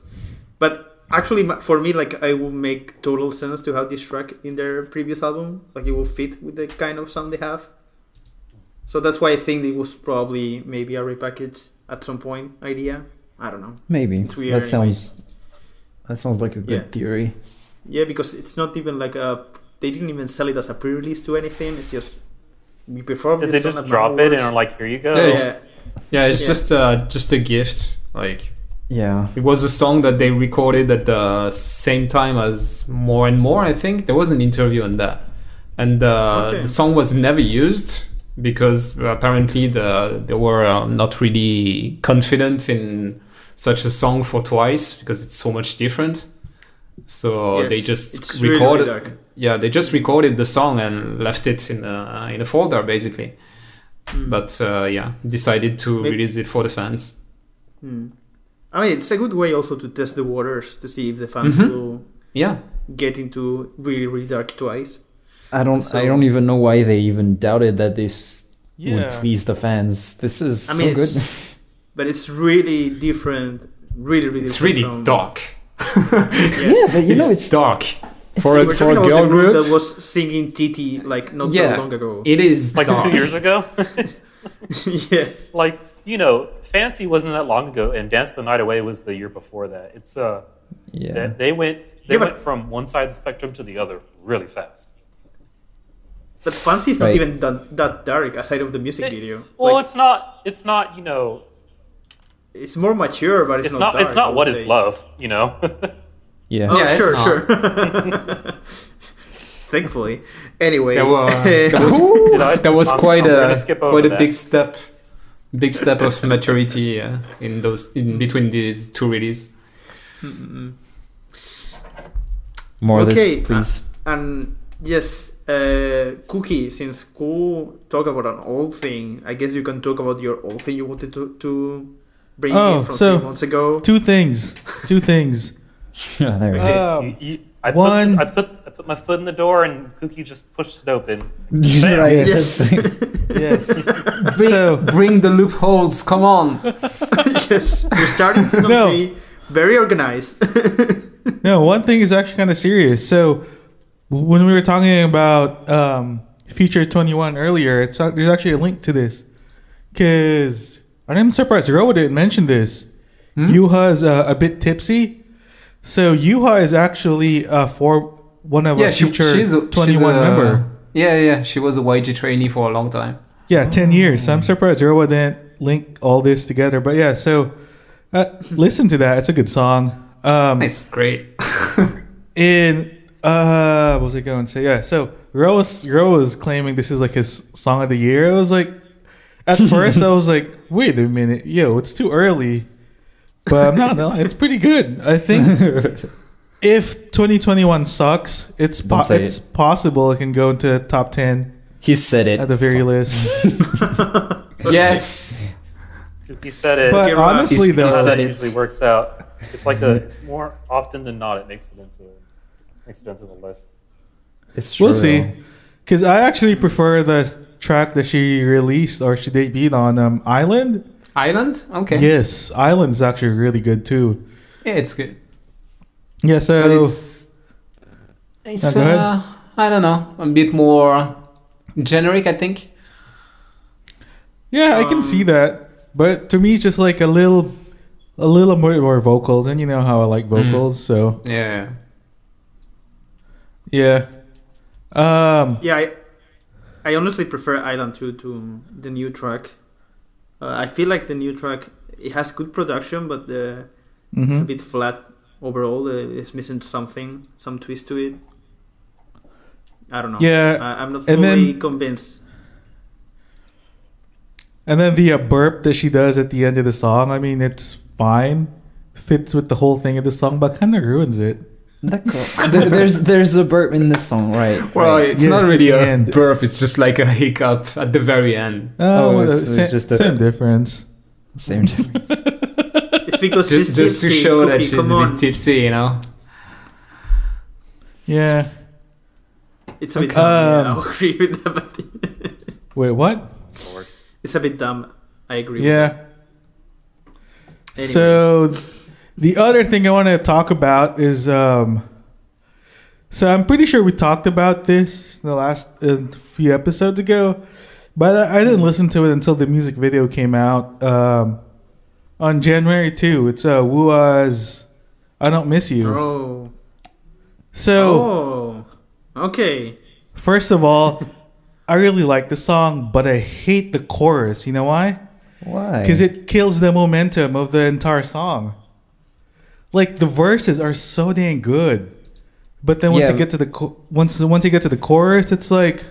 But actually, ma- for me, like I would make total sense to have this track in their previous album. Like it will fit with the kind of sound they have. So that's why I think it was probably maybe a repackage at some point idea. I don't know. Maybe. It's weird That anyways. sounds. That sounds like a good Yeah. theory. Yeah, because it's not even like a. They didn't even sell it as a pre-release to anything. It's just we performed. Did they this song just at drop Mama it and Awards. are like, here you go? Yeah, Yeah, Yeah, it's Yeah. just uh, just a gift. Like Yeah. it was a song that they recorded at the same time as More and More. I think there was an interview on that, and uh, Okay. the song was never used because apparently the they were uh, not really uh, confident in such a song for twice because it's so much different. So Yes, Oh, they just it's really, really recorded. dark. yeah, they just recorded the song and left it in a in a folder basically. But uh, yeah, decided to Hmm. Maybe- release it for the fans. Hmm. I mean, it's a good way also to test the waters to see if the fans Mm-hmm. Mhm. will Yeah, get into really, really dark twice. I don't. I So- don't even know why they even doubted that this would Yeah. please the fans. This is I mean, so good. it's- But it's really different, really, really. it's different really from- dark. yeah, but you know, it's dark for We're a, talking for a about the girl group, group. that was singing Titi like not Yeah. so long ago. It is Like dark. two years ago. yeah, like you know, Fancy wasn't that long ago, and Dance the Night Away was the year before that. It's uh, yeah. they, they went they Yeah, but- went from one side of the spectrum to the other really fast. but Fancy is not Right. even that, that dark aside of the music It- video. Well, Like, it's not it's not you know it's, more mature, but it's, it's not dark, it's not I what would is say. love you know. Yeah. Oh, Yeah, it's sure, not. sure. Thankfully, anyway, There were- uh, there was- Did I- that was I'm- quite I'm a gonna skip over quite a that. big step, big step of maturity uh, in those in between these two releases. Mm. More of Okay, uh, this, please. And yes, uh, Cookie, since Cool talked about an old thing, I guess you can talk about your old thing you wanted to, to bring Oh, in from so- three months ago. Two things. Two things. Yeah, Oh, there it is. Um, You- you- I one- put, I put I put my foot in the door and Cookie just pushed it open. Right, yes. that's the- yes. Bring, So- bring the loopholes! Come on! yes, you're starting season No. three very organized. No, one thing is actually kind of serious. So when we were talking about um, Future 21 earlier, it's uh, there's actually a link to this. Because I'm surprised Roa didn't mention this. Hmm? Yuha is uh, a bit tipsy. So Yuha is actually uh, for one of yeah, our she, Future she's a, 21 she's a, member. Yeah, yeah, she was a YG trainee for a long time. Yeah, 10 years. So I'm surprised Roa didn't link all this together. But yeah, so uh, listen to that. It's a good song. Um, It's great. in uh what was I going to say? Yeah, so Ro was Ro was claiming this is like his song of the year. It was like at first I was like, wait a minute, yo, it's too early. But I'm not no, it's pretty good. I think if 2021 sucks, it's po- Don't say it's possible it can go into top 10 he said it. at the very least. yes, Cookie said it. But Give her a- honestly He's- That's how though, said- that it. usually works out. It's like a it's more often than not it makes it into makes it into the list. It's true. we'll see. Cuz I actually prefer the track that she released or she debuted on um, Island. Island. Okay. Yes, Island's actually really good too. Yeah, it's good. Yeah, But so it's it's Oh, go ahead. uh, I don't know a bit more generic. I think. yeah, I can see that. But to me, it's just like a little, a little more, more vocals, and you know how I like vocals, so Yeah. yeah. Um, yeah, I, I honestly prefer Island 2 to the new track. Uh, I feel like the new track it has good production, but the it's a mhm. bit flat overall. Uh, it's missing something, some twist to it. I don't know. Yeah, I, I'm not fully and then- convinced. and then the uh, burp that she does at the end of the song. I mean, it's fine, fits with the whole thing of the song, but kind of ruins it. D'accord. There- there's there's a burp in this song, right? Well, right. it's Yes, not at really the a end. burp. It's just like a hiccup at the very end. Oh, Oh, well, it's- it's sa- just a- same difference. same difference. It's because Just, she's just to tipsy, show that Cookie, she's come a on. bit tipsy, you know. Yeah. It's a bit Okay. dumb. yeah, Um, I agree with that. But Wait, what? it's a bit dumb. I agree. Yeah. With that. Anyway, So the other thing I want to talk about is um so I'm pretty sure we talked about this in the last uh, few episodes ago, but I I didn't listen to it until the music video came out um on January 2. It's uh Wua's I don't miss you. bro. So, Oh. Okay. first of all, I really like the song, but I hate the chorus. You know why? Why? because it kills the momentum of the entire song. Like the verses are so dang good, but then once Yeah. you get to the cho- once once you get to the chorus, it's like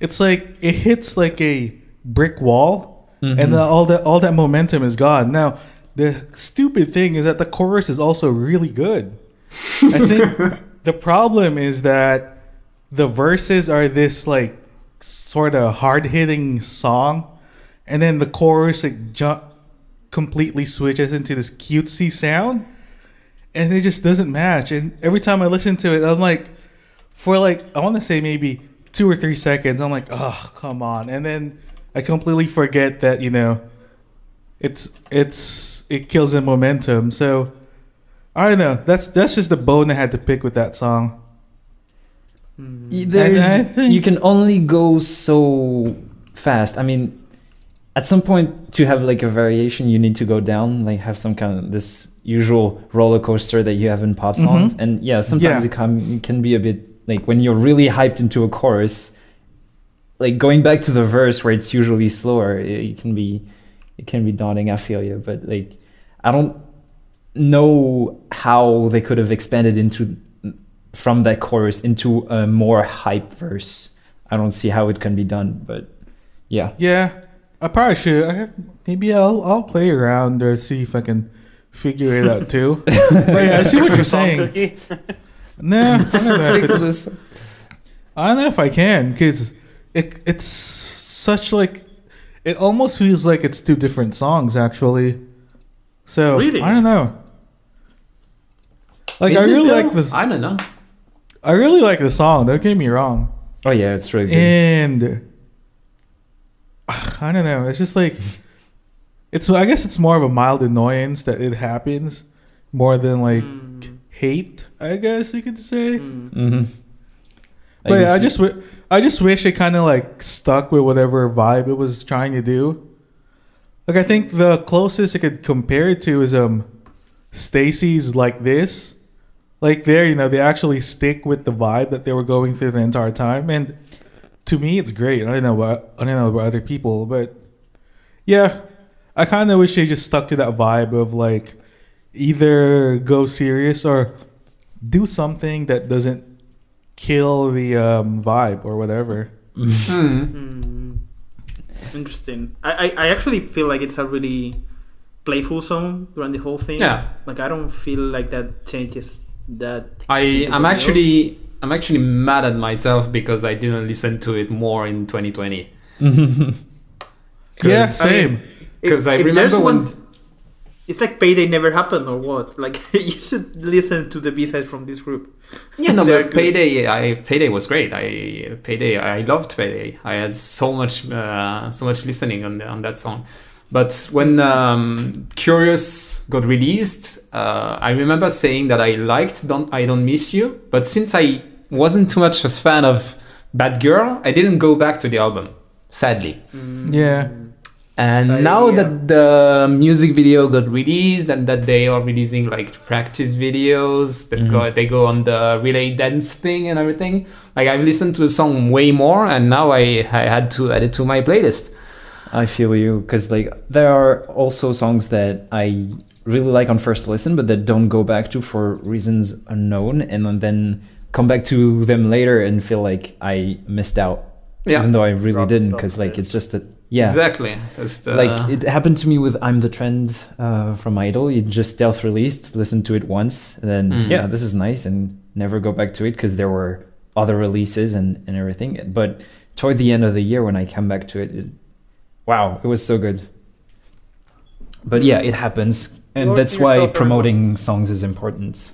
it's like it hits like a brick wall, and then all that all that momentum is gone. Now The stupid thing is that the chorus is also really good. I think the problem is that the verses are this like sort of hard hitting song, and then the chorus like ju- completely switches into this cutesy sound, and it just doesn't match. And every time I listen to it, I'm like, for like I want to say maybe two or three seconds, I'm like, oh come on, and then I completely forget that you know, it's it's it kills in momentum. So I don't know. That's that's just the bone I had to pick with that song. Hmm. Y- There's, I think- you can only go so fast. I mean, at some point to have like a variation, you need to go down, like have some kind of this usual roller coaster that you have in pop songs. Mm-hmm. And yeah, sometimes Yeah. it can, can be a bit like when you're really hyped into a chorus, like going back to the verse where it's usually slower, it, it can be, it can be daunting. I feel you, but like, I don't know how they could have expanded into from that chorus into a more hype verse. I don't see how it can be done, but yeah. Yeah, I probably should. I, maybe I'll I'll play around or see if I can figure it out too. but yeah, I see what you're Song saying. cookie. No, I don't know if Fix it's this. I don't know if I can because it it's such like it almost feels like it's two different songs actually. So Really? I don't know. Like Is I it really though? like this. I don't know. I really like the song. Don't get me wrong. Oh yeah, it's really good. Eh. And I don't know. It's just like it's. I guess it's more of a mild annoyance that it happens more than like Mm, hate. I guess you could say. mm. hmm But yeah, I just w- I just wish it kind of like stuck with whatever vibe it was trying to do. Like I think the closest it could compare it to is um Stacy's like this. Like there, you know, they actually stick with the vibe that they were going through the entire time and to me it's great. I don't know what I don't know about other people, but yeah, I kind of wish they just stuck to that vibe of like either go serious or do something that doesn't kill the um, vibe or whatever. Hmm. Hmm. Interesting. I, I, I actually feel like it's a really playful song during the whole thing. Yeah. Like I don't feel like that changes that. I People I'm don't actually I'm actually mad at myself because I didn't listen to it more in 2020. Yeah, 'Cause- same. If- Because I if there's remember when It's like payday never happened or what? Like you should listen to the B sides from this group. yeah no they're but good. payday I payday was great. I payday I loved payday. I had so much uh, so much listening on the, on that song. But when um, Curious got released, uh, I remember saying that I liked Don't I Don't Miss You, but since I wasn't too much a fan of Bad Girl, I didn't go back to the album, sadly. Yeah. And Right, now yeah. that the music video got released and that they are releasing like practice videos Mm-hmm. that go they go on the relay dance thing and everything, like I've listened to the song way more and now I, I had to add it to my playlist. I feel you because like there are also songs that I really like on first listen, but that don't go back to for reasons unknown, and then- then come back to them later and feel like I missed out, Yeah. even though I really Dropped didn't. some Because like bits. it's just a yeah, Exactly. uh, That's the- like it happened to me with "I'm the Trend" uh, from Idol. You just stealth released, listen to it once, and then Mm. yeah, this is nice, and never go back to it because there were other releases and and everything. But toward the end of the year, when I come back to it, it wow, it was so good. But yeah, it happens, and Or that's to why yourself or promoting once. songs is important.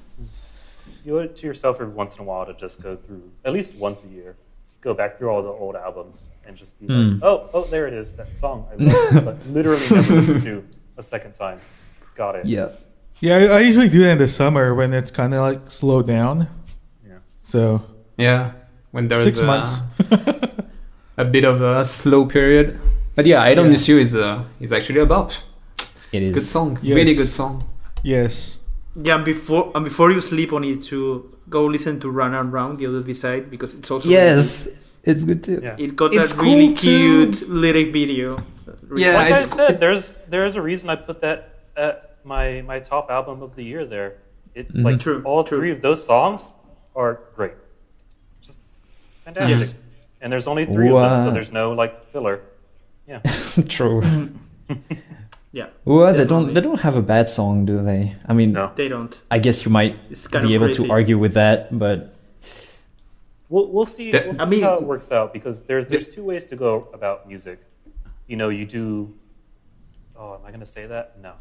You owe it to yourself every once in a while to just go through at least once a year, go back through all the old albums and just be Hmm. like, oh, oh, there it is, that song I love, but literally never listened to a second time. Got it. Yeah, Yeah, I, I usually do that in the summer when it's kind of like slowed down. Yeah. So yeah. When there's six a, months. a bit of a slow period. But yeah, I Don't Yeah. Miss You is uh, is actually a bop. it is. Good song. Yes. Really good song. yes. Yeah, and before and before you sleep on it, to go listen to Run and Round the other B side because it's also really Yes, it's good too. Yeah. good. It got It's that really cool too. cute lyric video. Really Yeah, Like I it's cool. said, there's there's a reason I put that at my my top album of the year. There, it like True, all true. three of those songs are great, just fantastic. Yes. And there's only three of them, so Wow. there's no like filler. True. Yeah, Well, they don't Definitely. they don't have a bad song, do they? I mean, No. they don't. I guess you might It's kind be of able crazy. to argue with that, but We'll, we'll see, That- we'll see I mean- how it works out because there's there's two ways to go about music. You know, you do. Oh, am I going to say that? No.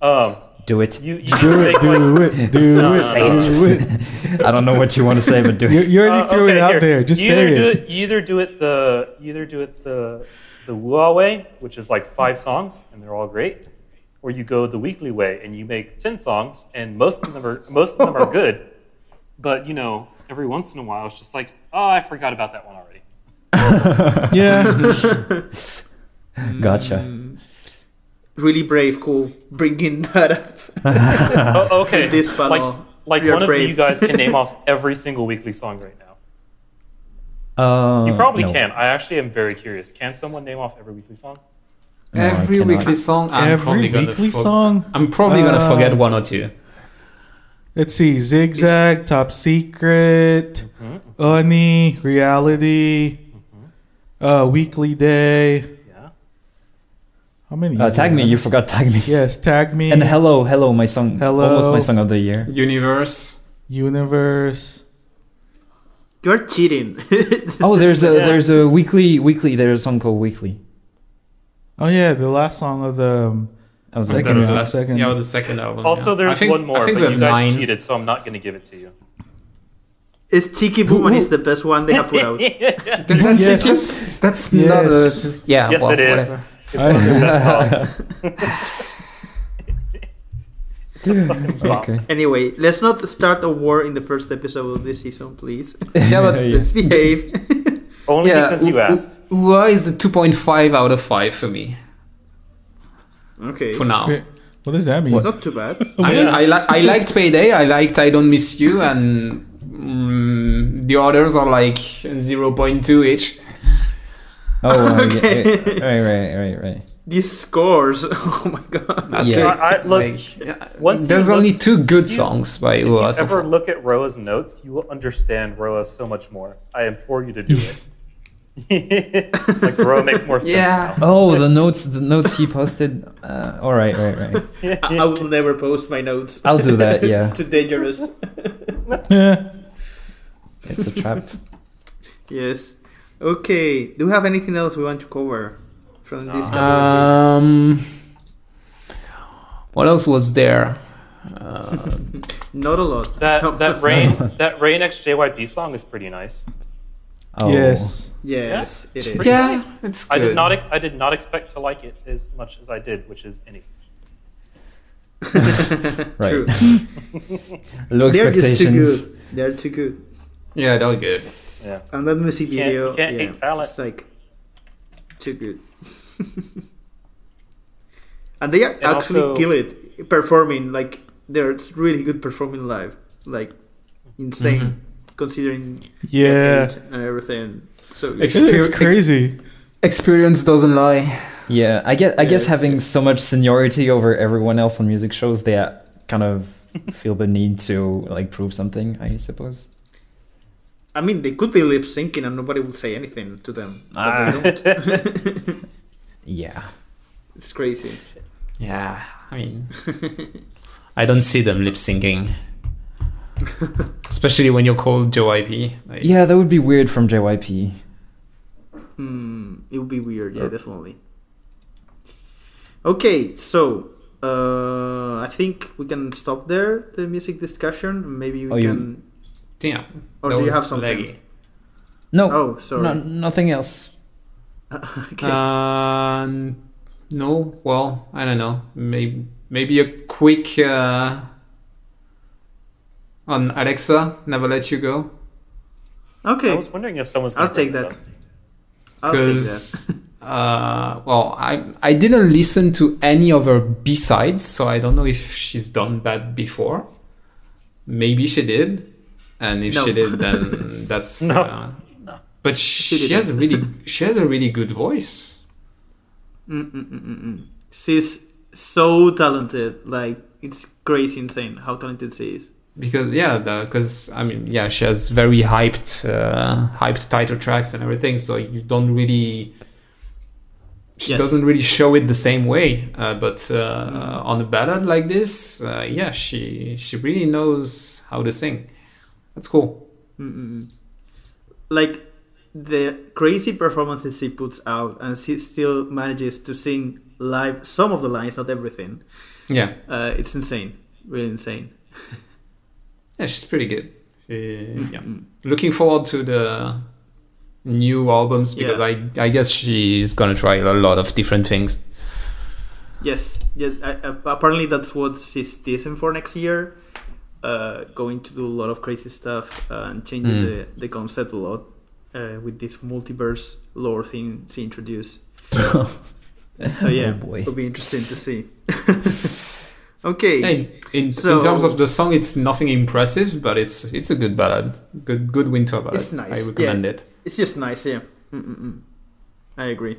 Um, do it. you you make, like, it. Do No, it. say it. do it. I don't know what you want to say, but do You, it. you already uh, threw okay, it out here. there. Just you say either it. Do it. You either do it the you either do it the the Wua way, which is like five songs and they're all great, or you go the weekly way and you make ten songs and most of them are most of them are good, but you know every once in a while it's just like oh I forgot about that one already. Yeah. Gotcha. Really brave, cool. Bringing that up. oh, okay. This funnel. Like, like We are one of brave. you guys can name off every single weekly song right now. Uh, Oh, You probably no. can. I actually am very curious. Can someone name off every weekly song? No, I Every cannot. weekly song, I'm Every probably gonna weekly forg- song? I'm probably gonna Uh, forget one or two. Let's see. Zigzag, Top Secret, Mm-hmm. Oni, Reality, Mm-hmm. uh, Weekly Day. Yeah. How many? Uh, is tag there? me. You forgot tag me. Yes, tag me. And hello, hello, my song. Hello. Almost my song of the year. Universe. Universe. You're cheating. Oh, there's a Yeah. there's a weekly weekly. There's a song called Weekly. Oh yeah, the last song of the. Um, I was That like, Second was album, last- second. Yeah, the second album. Also, yeah. I there's think- one more, I but think we you have guys nine. cheated, so I'm not going to give it to you. it's Tiki Boom and it's the best one they have put out. Th- That's, Yes. yes. that's Yes. not a. just- Yeah, yes, well, it is. whatever. It's one of their best songs. okay. Anyway, let's not start a war in the first episode of this season, please. Yeah, but Yeah. Let's behave. Only yeah, because you Ua- asked. Ua is a 2.5 out of 5 for me okay. for now. wait, what does that mean? It's not too bad. I mean, I, li- I liked Payday, I liked I Don't Miss You, and mm, the others are like 0.2 each. Oh, wow, Okay. yeah, yeah. right, right, right, right. These scores. Oh my god. That's Yeah. it. I- I- look, Like, yeah, once you there's look- only two good if you- songs by If you Ua. So ever far. look at Roa's notes, you will understand Roa so much more. I implore you to do it. like Roa makes more sense. Yeah. Oh, the notes, the notes he posted. Uh, all right, right, right. I, I will never post my notes. I'll do that, yeah. it's too dangerous. Yeah. It's a trap. Yes. Okay. Do we have anything else we want to cover from this? couple of Um, what else was there? Uh, weeks? Not a lot. That that Not- rain that rain X JYP song is pretty nice. Oh. Yes. Yes, it is. Pretty yeah, nice. it's I good. did not I did not expect to like it as much as I did, which is any. Right. True. Low They're just too expectations. good. They're too good. Yeah, that was good. Yeah. And that music You can't- you video, can't yeah, hate talent. it's like too good. and they are actually also- kill it performing. Like they're really good performing live. Like insane, considering their Yeah. age and everything. So good. Ex- It's, it's crazy. Experience doesn't lie. Yeah, I get. I guess Yes, having so much seniority over everyone else on music shows, they uh, kind of feel the need to like prove something. I suppose. I mean, they could be lip syncing and nobody will say anything to them. But Ah. they don't. Yeah. it's crazy. Yeah, I mean, I don't see them lip syncing, especially when you're called JYP. Like, Yeah, that would be weird from JYP. Hmm, it would be weird, yeah, Yep. definitely. Okay, so uh, I think we can stop there the music discussion. Maybe we Oh, you- can. yeah. Or that do you was have something? No. Oh, sorry. No, nothing else. okay. laggy. Um, no. Well, I don't know. Maybe maybe a quick uh, on Alexa. Never let you go. okay. I was wondering if someone's gonna I'll take bring it that. up. I'll take that. because uh, well, I I didn't listen to any of her B sides, so I don't know if she's done that before. Maybe she did, and if No. she did, then that's No. Uh, But she, didn't. has a really she has a really good voice. Mm, Mm-mm-mm-mm. She's so talented. Like, it's crazy insane how talented she is. Because yeah, because I mean yeah, she has very hyped uh, hyped title tracks and everything. So you don't really she Yes. doesn't really show it the same way. Uh, but uh, on a ballad like this, uh, yeah, she she really knows how to sing. That's cool. Mm-mm. Mm, Like the crazy performances she puts out, and she still manages to sing live some of the lines, not everything. Yeah, Uh, it's insane, really insane. yeah, she's pretty good. She- yeah, Mm-hmm. looking forward to the new albums because I I guess she's gonna try a lot of different things. Yes, yeah, I, I- apparently that's what she's teasing for next year. Uh, going to do a lot of crazy stuff uh, and changing Mm. the, the concept a lot uh, with this multiverse lore thing she introduced. So yeah, Oh, boy. it'll be interesting to see. okay. Yeah, in, in, So- in terms of the song, it's nothing impressive, but it's it's a good ballad, good good winter ballad. It's nice, I recommend it. It's just nice, yeah. Mm-mm-mm. I agree.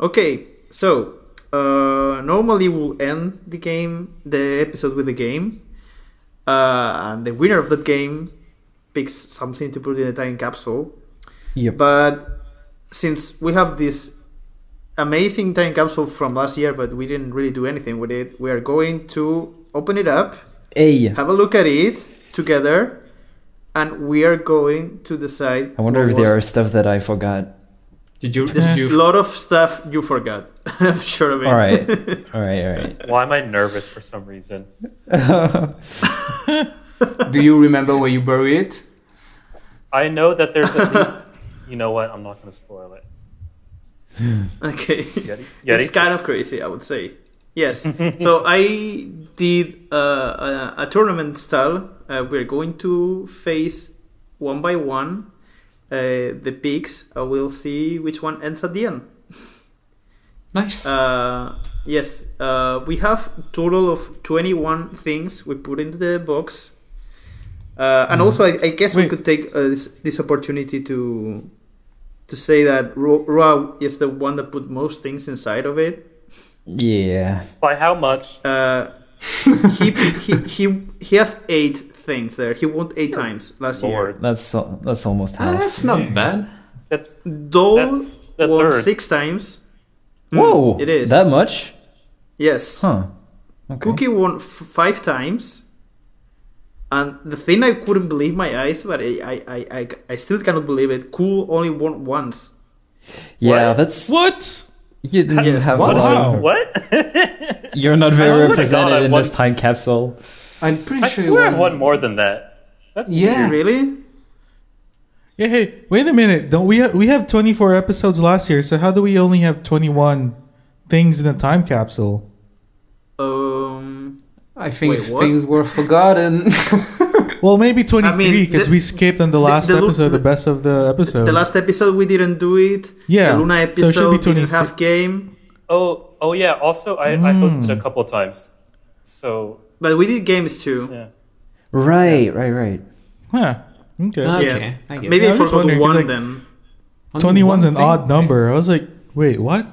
Okay, so uh, normally we'll end the game, the episode with a game, uh, and the winner of that game picks something to put in a time capsule. Yep. But since we have this amazing time capsule from last year, but we didn't really do anything with it, we are going to open it up Hey, have a look at it together, and we are going to decide. I wonder what if there are was- stuff that I forgot. Did you? There's did a you lot of stuff you forgot. I'm sure of it. All right. All right, Why am I nervous for some reason? all right. do you remember where you bury it? I know that there's at least. You know what? I'm not going to spoil it. okay. Yeti, Yeti it's kind of tips. crazy, I would say. Yes. so I did uh, a, a tournament style. Uh, we're going to face one by one uh, the picks. Uh, we'll see which one ends at the end. Nice. Uh, yes, uh, we have total of 21 things we put into the box. Uh, Mm-hmm. and also, I, I guess we Wait. could take uh, this, this opportunity to to say that Ro- Roa is the one that put most things inside of it. yeah. By how much? Uh, he, he, he, he has eight things there. He won eight times last Lord, That's al- that's almost Ah, half. that's not bad. that's year. Dole that's the won third. six times. Mm, Whoa, it is. that much? yes. Huh. Okay. Cookie won f- five times. And the thing I couldn't believe my eyes, but I, I, I, I, I still cannot believe it. Cool only won once. Yeah, What? that's What? you didn't Yes. have. What? a lot of- Wow. What? You're not swear very to represented God, I in won- this time capsule. I'm pretty I sure. swear you I've won more than that. That's Yeah. Really? Yeah, hey, wait a minute. Don't we have, we have 24 episodes last year, so how do we only have 21 things in a time capsule? Um, I think Wait, what? things were forgotten. Well, maybe 23 mean, because the- we skipped on the the- last the lo- episode, the the- best of the episode. the last episode we didn't do it. Um, Yeah, The Luna so it should be episode didn't 23. have game. Oh, oh yeah. Also, I, I hosted a couple times, so But we did games too. yeah. Right, right, right. huh. Okay. Ah, Yeah. Okay, I guess. Maybe I I was forgot wondering, 'cause, one like- then. Only 21's one an thing? odd number. I was like, wait, what?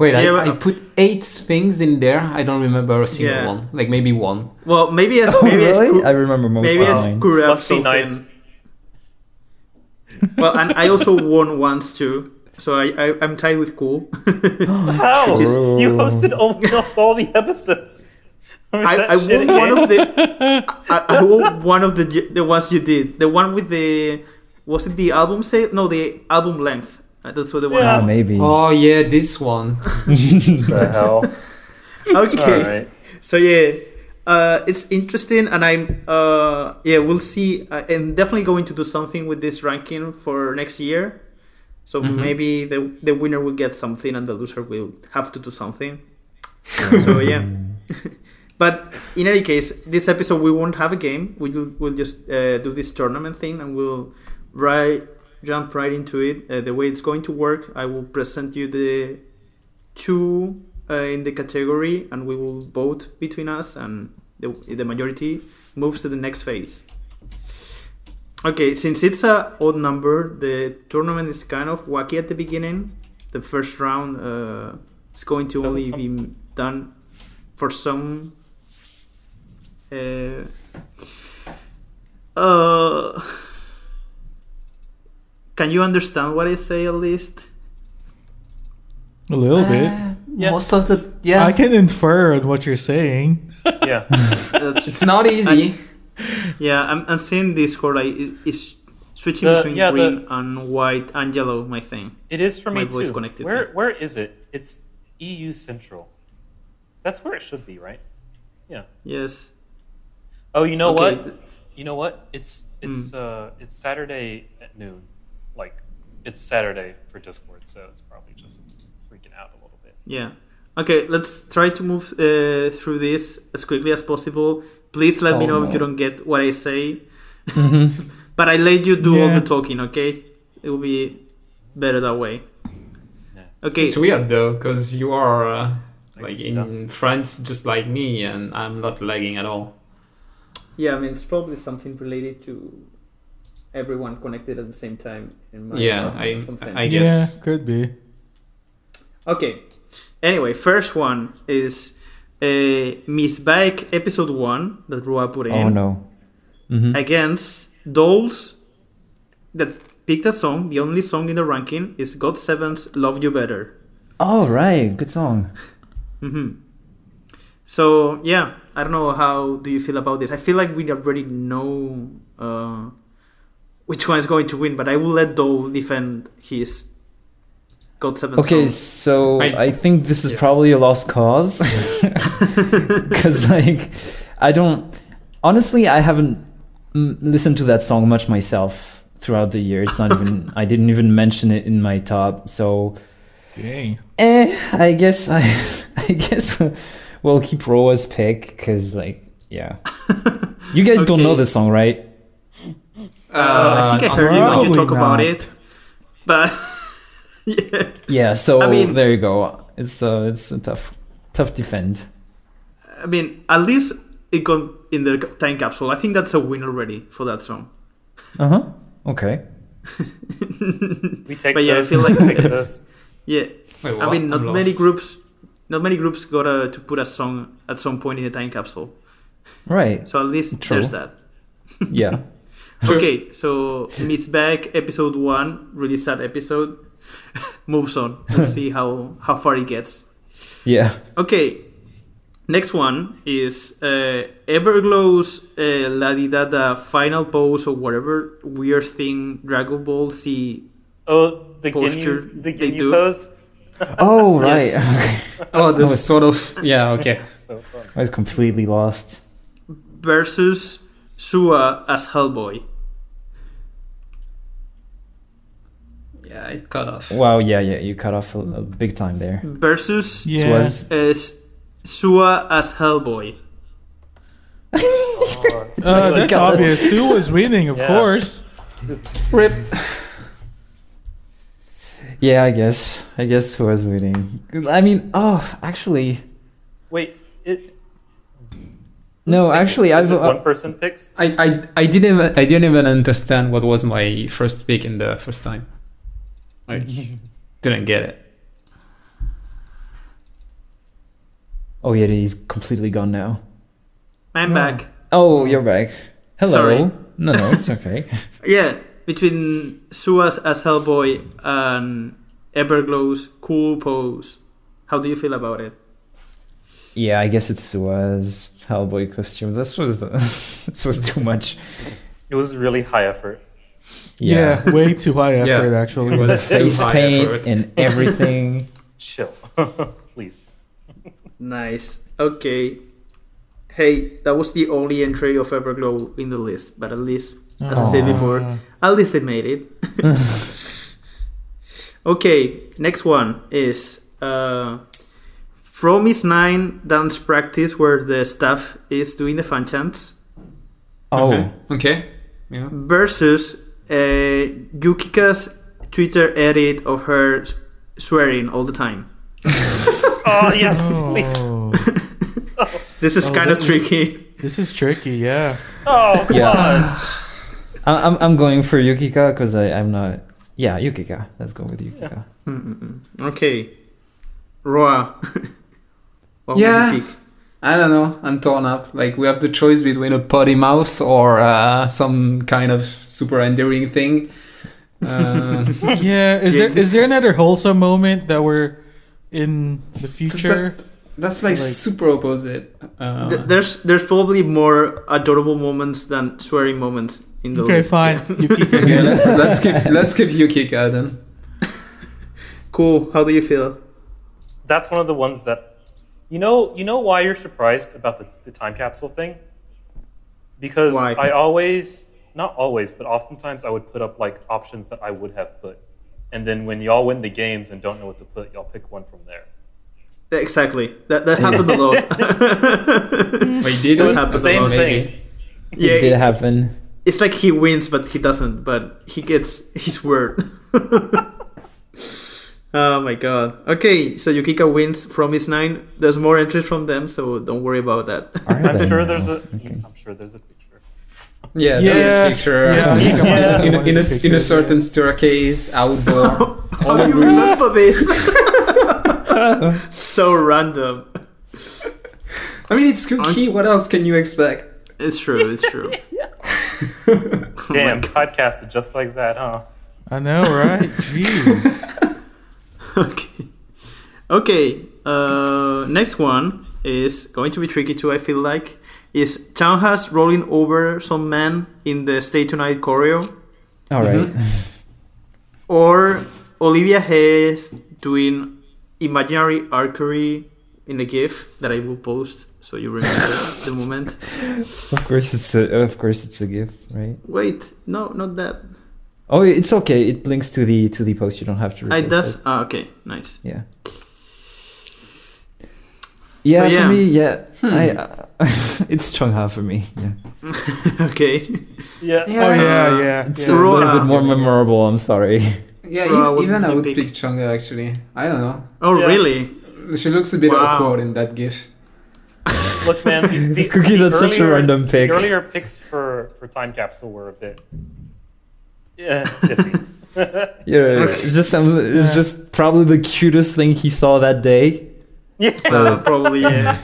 Wait, Yeah, but- I, I put eight things in there. I don't remember a single Yeah. one. Like maybe one. Well, maybe I, Oh, maybe I, really? screw- I remember most maybe of I mine. screwed up Must be something. nice. Well, and I also won once too. So I, I, I'm tied with cool. Oh, How Which is- you hosted almost all the episodes? With I, that I shitty won one game? of the I, I won one of the the ones you did. The one with the was it the album sale? No, the album length. Uh, That's what the one. Ah, Yeah. maybe. Oh yeah, this one. the hell. All Okay. right. So yeah, uh, it's interesting, and I'm uh, yeah, we'll see. I- I'm definitely going to do something with this ranking for next year. So Mm-hmm. maybe the the winner will get something, and the loser will have to do something. so yeah. Mm. But in any case, this episode we won't have a game. We will, we'll just uh, do this tournament thing, and we'll right jump right into it. Uh, the way it's going to work, I will present you the two uh, in the category, and we will vote between us, and the, the majority moves to the next phase. Okay, since it's a odd number, the tournament is kind of wacky at the beginning. The first round uh, is going to Doesn't only some- be done for some. Uh, uh, can you understand what I say at least? A little bit. Yeah. Most of the yeah, I can infer on what you're saying. Yeah. That's, it's not easy. yeah, I'm, I'm seeing Discord. I it- it's switching The- between yeah, the- green and white and yellow. My thing. It is for me My voice too. connected where thing. where is it? It's EU Central. That's where it should be, right? Yeah. Yes. Oh, you know Okay. Hmm. what? You know what? It's it's uh it's Saturday at noon. Like it's Saturday for Discord, so it's probably just freaking out a little bit. Yeah. Okay, let's try to move uh, through this as quickly as possible. Please let me Oh, know if no. you don't get what I say. but I let you do all Yeah. the talking, okay? It will be better that way. Yeah. Okay. It's weird though, because you are uh, like Thanks, in France, just like me, and I'm not lagging at all. Yeah, I mean, it's probably something related to everyone connected at the same time. In my yeah, phone or I, something. I guess. Yeah, could be. Okay. Anyway, first one is uh, Miss Bike episode one that Rua put in. Oh no. Mhm. against those that picked a song. The only song in the ranking is God Seven's "Love You Better." Oh right, good song. hmm So yeah, I don't know how do you feel about this. I feel like we already know uh, which one is going to win, but I will let Dole defend his God Seven. Okay, song. so I- I, think this is yeah. probably a lost cause. Because, like, I don't. Honestly, I haven't mm, listened to that song much myself throughout the year. It's not even. I didn't even mention it in my top. So, Dang. eh, I guess I, I guess we'll, we'll keep Roa's pick. Because, like, yeah. You guys don't know Okay. this song, right? Uh, I think I heard you when you Probably talk about not. it, but yeah. Yeah. So I mean- there you go. It's uh, it's a tough, tough defend. I mean, at least it got in the time capsule. I think that's a win already for that song. Uh huh. Okay. We take But yeah, I this. feel like- we take this. Yeah, Wait, I what? mean, not I'm many lost. groups, not many groups got uh, to put a song at some point in the time capsule. Right. So at least True. there's that. Yeah. Okay, so Miss Back episode one, really sad episode. Moves on. Let's see how how far it gets. Yeah. Okay, next one is uh, Everglow's uh, La Di Da Da final pose or whatever weird thing Dragon Ball Z Oh, the Posture Ginyu, the they Ginyu do. pose. Oh right. Yes. Oh, this Oh, is sort of yeah. Okay. It's so Oh, fun. I was completely lost. versus Sua as Hellboy. Yeah, it cut off. Wow. Yeah. Yeah. You cut off a, a big time there. Versus This Yeah. was uh, S- Sua as Hellboy. Oh, it's Uh, so that's good. obvious. Sue was winning, of Yeah. course. Rip. yeah. I guess. I guess who was winning? I mean. Oh, actually. Wait, it. No. who's picking? Actually, Is I've. it one Uh, person picks. I, I, I didn't even, I didn't even understand what was my first pick in the first time. I didn't get it. oh yeah. He's completely gone now. I'm No. back. Oh, you're back. Hello. Sorry. No. No. It's okay. Yeah, between Sua as, as Hellboy and Everglow's cool pose. How do you feel about it? yeah. I guess it's Sua's Hellboy costume. This was the. this was too much. It was really high effort. Yeah. way too high Yeah. effort, It actually. was too Face high paint effort. and everything. Chill, please. Nice. Okay. Hey, that was the only entry of Everglow in the list, but at least, as I said Aw. before, at least they made it. okay, next one is uh, From is Nine Dance Practice, where the staff is doing the fan chants, Oh. Okay. okay. Yeah. versus uh, Yukika's Twitter edit of her s- swearing all the time. Oh yes, please. Oh, This is Oh, kind of that- tricky. this is tricky, yeah. Oh come Yeah. on. I- I'm I'm going for Yukika because I'm not. Yeah, Yukika. Let's go with Yukika. Mm-mm-mm. Okay. Roa. what Yeah. would you pick? I don't know. I'm torn up. Like we have the choice between a potty mouse or uh, some kind of super endearing thing. Uh, Yeah, is Yeah, there is there it's- another wholesome moment that we're in the future. That's like, Like- super opposite. Uh, Th- there's there's probably more adorable moments than swearing moments in the Okay, list. fine. Yukiko. okay, let's let's keep let's keep Yukika then. Cool. How do you feel? That's one of the ones that you know you know why you're surprised about the, the time capsule thing? Because Why? I always not always, but oftentimes I would put up like options that I would have put. And then when y'all win the games and don't know what to put, y'all pick one from there. Exactly. That that happened a lot. Wait, did That it? happens a Same lot. thing. Maybe. Yeah, it did it- happen. it's like he wins, but he doesn't. But he gets his word. oh my god. Okay, so Yukika wins from his nine. There's more entries from them, so don't worry about that. Are I'm they sure now? there's a Okay. am sure there's a picture. Yeah, Yeah. that's a picture. Yeah, I think I Yeah. In, a, in, a, wanted in a pictures, certain staircase, outdoor. How do you remember this? so random. I mean, it's Cookie. What else can you expect? It's true. It's true. Damn, typecasted just like that, huh? I know, right? Jeez. okay. Okay. Uh, next one is going to be tricky too. I feel like is town has rolling over some man in the stay tonight choreo, All right. or Olivia Hayes doing imaginary archery in a GIF that I will post so you remember the moment. Of course, it's a, of course it's a gift, right? Wait, no, not that. Oh, it's okay. It links to the to the post. You don't have to. I repost does. it. Ah, okay, nice. Yeah. Yeah, yeah. Hmm. for me, yeah. I, uh, it's Chung Ha for me. Yeah, okay. Uh, Yeah. Oh Yeah. yeah, yeah. it's yeah. a Roa. little bit more memorable. I'm sorry. Yeah, Bro, I e- wouldn't even I you would pick- pick Changa actually. I don't know. Oh, Yeah. really? She looks a bit Wow. awkward in that GIF. Look, man, the, the- Cookie, the that's such a earlier- random the pick. earlier picks for, for Time Capsule were a bit. Yeah, iffy. Yeah, Okay. it's just some, it's Yeah. just probably the cutest thing he saw that day. yeah. Uh, probably. Yeah.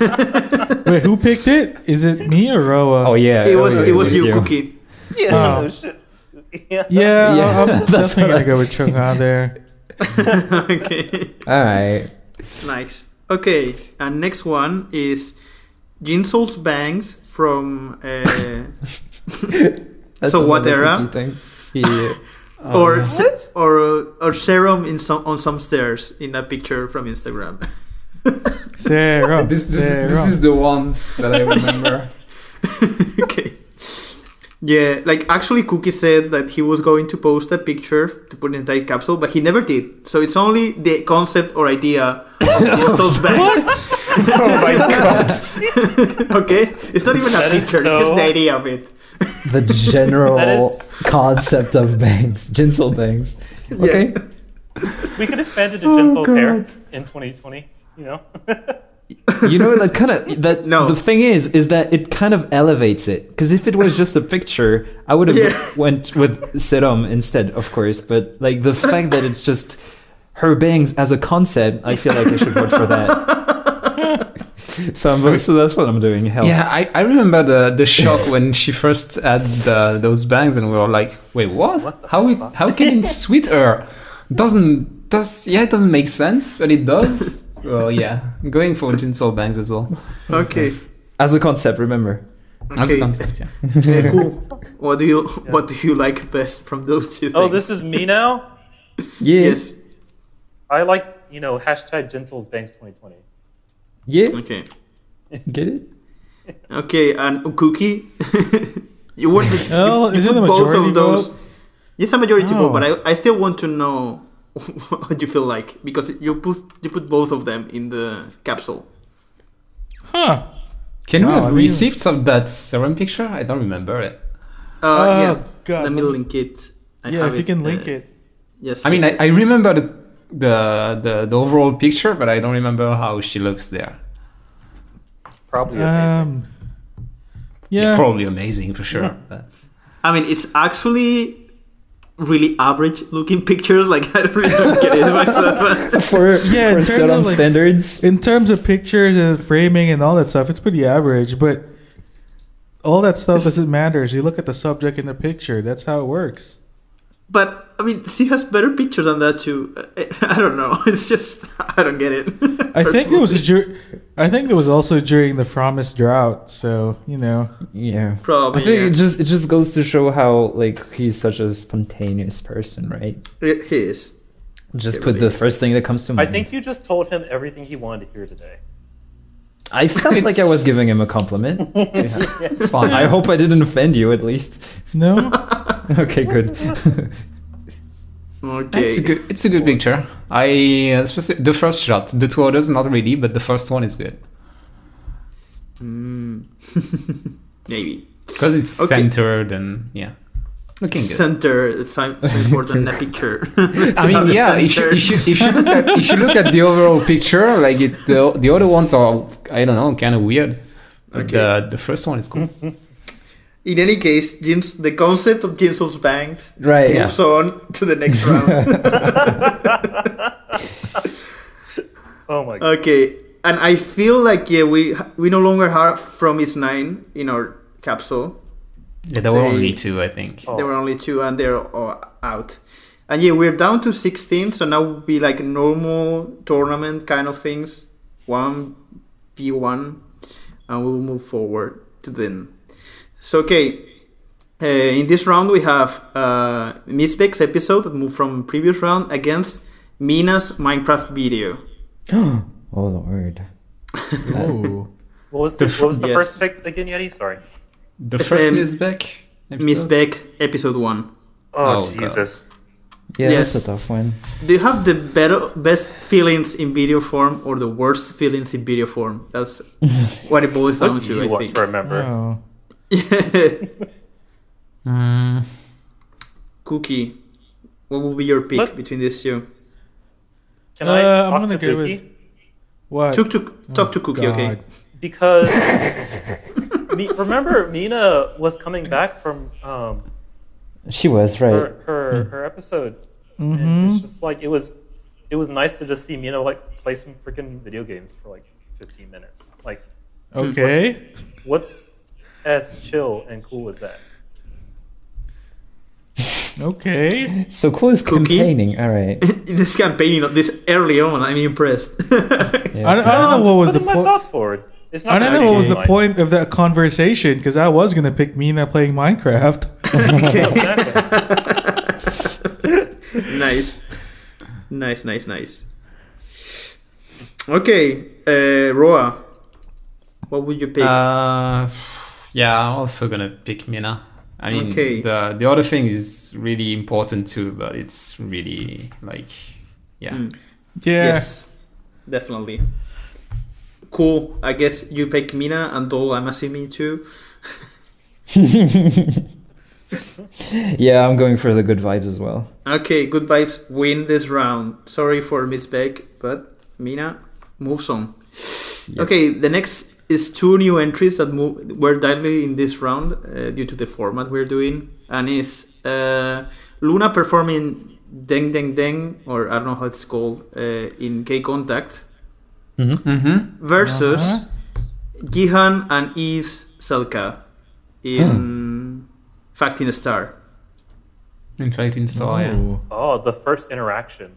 Wait, who picked it? Is it me or Roa? Oh yeah, it was. It was you, you. Cookie. uh, Yeah, no Oh, shit. Yeah, Yeah, I- I'm that's what definitely I- gonna go with Chung Ha there. okay. All right. Nice. Okay, and next one is Jin Soul's Bangs from uh, So what another era? Cookie thing. Yeah. or Um, se- or or serum in some on some stairs in that picture from Instagram. Sarah. this, this, Sarah. this is the one that I remember. okay. Yeah, like actually, Cookie said that he was going to post a picture to put in a time capsule, but he never did. So it's only the concept or idea of Jin Soul's Bangs. Oh my god. okay, it's not even a That is picture; it's just so- the idea of it. the general That is- concept of bangs, Jinsel bangs. Okay. We could expand it to Oh, Jinsol's hair in 2020, you know? You know that kind of that No. the thing is is that it kind of elevates it cuz if it was just a picture, I would have Yeah. went with serum instead, of course, but like the fact that it's just her bangs as a concept, I feel like I should vote for that. so I'm so that's what I'm doing. Hell. Yeah, I, I remember the, the shock when she first had the, those bangs, and we were like, "Wait, what? how we, how can it sweet her? Doesn't does yeah? It doesn't make sense, but it does. well, yeah, I'm going for Jinsol bangs as well Okay, As a concept, remember. as a okay. concept. Yeah, Yeah, cool. What do you What do you like best from those two? Things? Oh, this is me now? Yeah. yes. I like, you know, hashtag Jinsol's Banks 2020. Yeah. Okay, Get it? okay, and Cookie, you were the, Oh, you is it put the majority Yes, a majority vote, but Oh. I, I still want to know what you feel like because you put you put both of them in the capsule. Huh. can Wow, we have I mean- receipts of that serum picture? I don't remember it. Uh, oh yeah, god. let me link it. I yeah, have if you can uh, link it. Yes. I mean, yes, I, I yes. remember the, the the the overall picture, but I don't remember how she looks there. Probably amazing. Um. Yeah. probably amazing for sure. But. I mean, it's actually really average looking pictures. Like I don't really get it myself. For Yeah, for in terms of, serum like- standards. in terms of pictures and framing and all that stuff, it's pretty average, but all that stuff doesn't matter. You look at the subject in the picture. That's how it works. But I mean, she has better pictures than that too. I, I don't know. It's just I don't get it. I think it was dur- I think it was also during the promised drought, so you know. Yeah. I probably. think yeah. it just it just goes to show how like he's such a spontaneous person, right? Yeah, he is. Just Yeah, put the really. first thing that comes to I mind. think you just told him everything he wanted to hear today. I felt like I was giving him a compliment. Yeah. It's fine. I hope I didn't offend you at least. No? okay, good. Okay. It's a good. It's a good picture. I uh, speci- the first shot. The two others not really, but the first one is good Mm. Maybe. because it's Okay. centered and yeah, looking good. Center. It's so so important in the picture. I mean, yeah. If you, if, you, if you look at if you look at the overall picture, like it, the the other ones are I don't know, kind of weird. But Okay. Hmm. the the first one is cool. In any case, Jim's, the concept of Jimson's banks right. Yeah. moves on to the next round. Oh my god. okay, and I feel like yeah, we we no longer have from his nine in our capsule. Yeah, there were They- only two, I think. Oh. There were only two, and they're all out. And yeah, we're down to sixteen, so now would be like normal tournament kind of things, one v one, and we'll move forward to then. So okay, uh, in this round we have uh, Misbeck's episode that moved from previous round against Mina's Minecraft video. oh lord. Oh. What was the, The fir- what was the Yes. first pick again, Yeti? Sorry. The It's, first um, Miss Beck. episode? Misbeck episode one. Oh, Oh, God. Jesus. Yeah, Yes. that's a tough one. Do you have the better, best feelings in video form or the worst feelings in video form? That's what it boils down What do to, you I want think. to remember? Oh. Mm, Cookie, what will be your pick What? between these two? Can I Uh, I'm talk gonna to go with- Buki? What? Talk to, talk to Oh, Cookie, okay? God. Because me, remember, Mina was coming back from um, She was right. her her, Hmm. her episode, and Mhm. it's just like it was. It was nice to just see Mina like play some freaking video games for like 15 minutes. Like, Okay. what's as chill and cool as that? Okay. So cool is Cookie? campaigning. All right. this campaigning, this early on, I'm impressed. I, don't- I don't know what was the Putting my point. thoughts forward. It's not I don't gonna know be what was the like- point of that conversation because I was gonna pick Mina playing Minecraft. nice. Nice, nice, nice. Okay, uh, Roa, what would you pick? Uh, yeah, I'm also gonna pick Mina. I mean, Okay. the the other thing is really important too, but it's really like, yeah, Mm. yeah. Yes, definitely. Cool. I guess you pick Mina and Dol. I'm assuming too. yeah, I'm going for the good vibes as well. Okay, good vibes win this round. Sorry for misbag, but Mina moves on. Okay, the next is two new entries that move were directly in this round uh, due to the format we're doing, and is uh, Luna performing "Deng Deng Deng" or I don't know how it's called uh, in K Contact Mm-hmm. versus Uh-huh. Gihan and Yves Selka Hmm. in Fact in a Star. In fact, in Star, yeah. Ooh. Oh, the first interaction.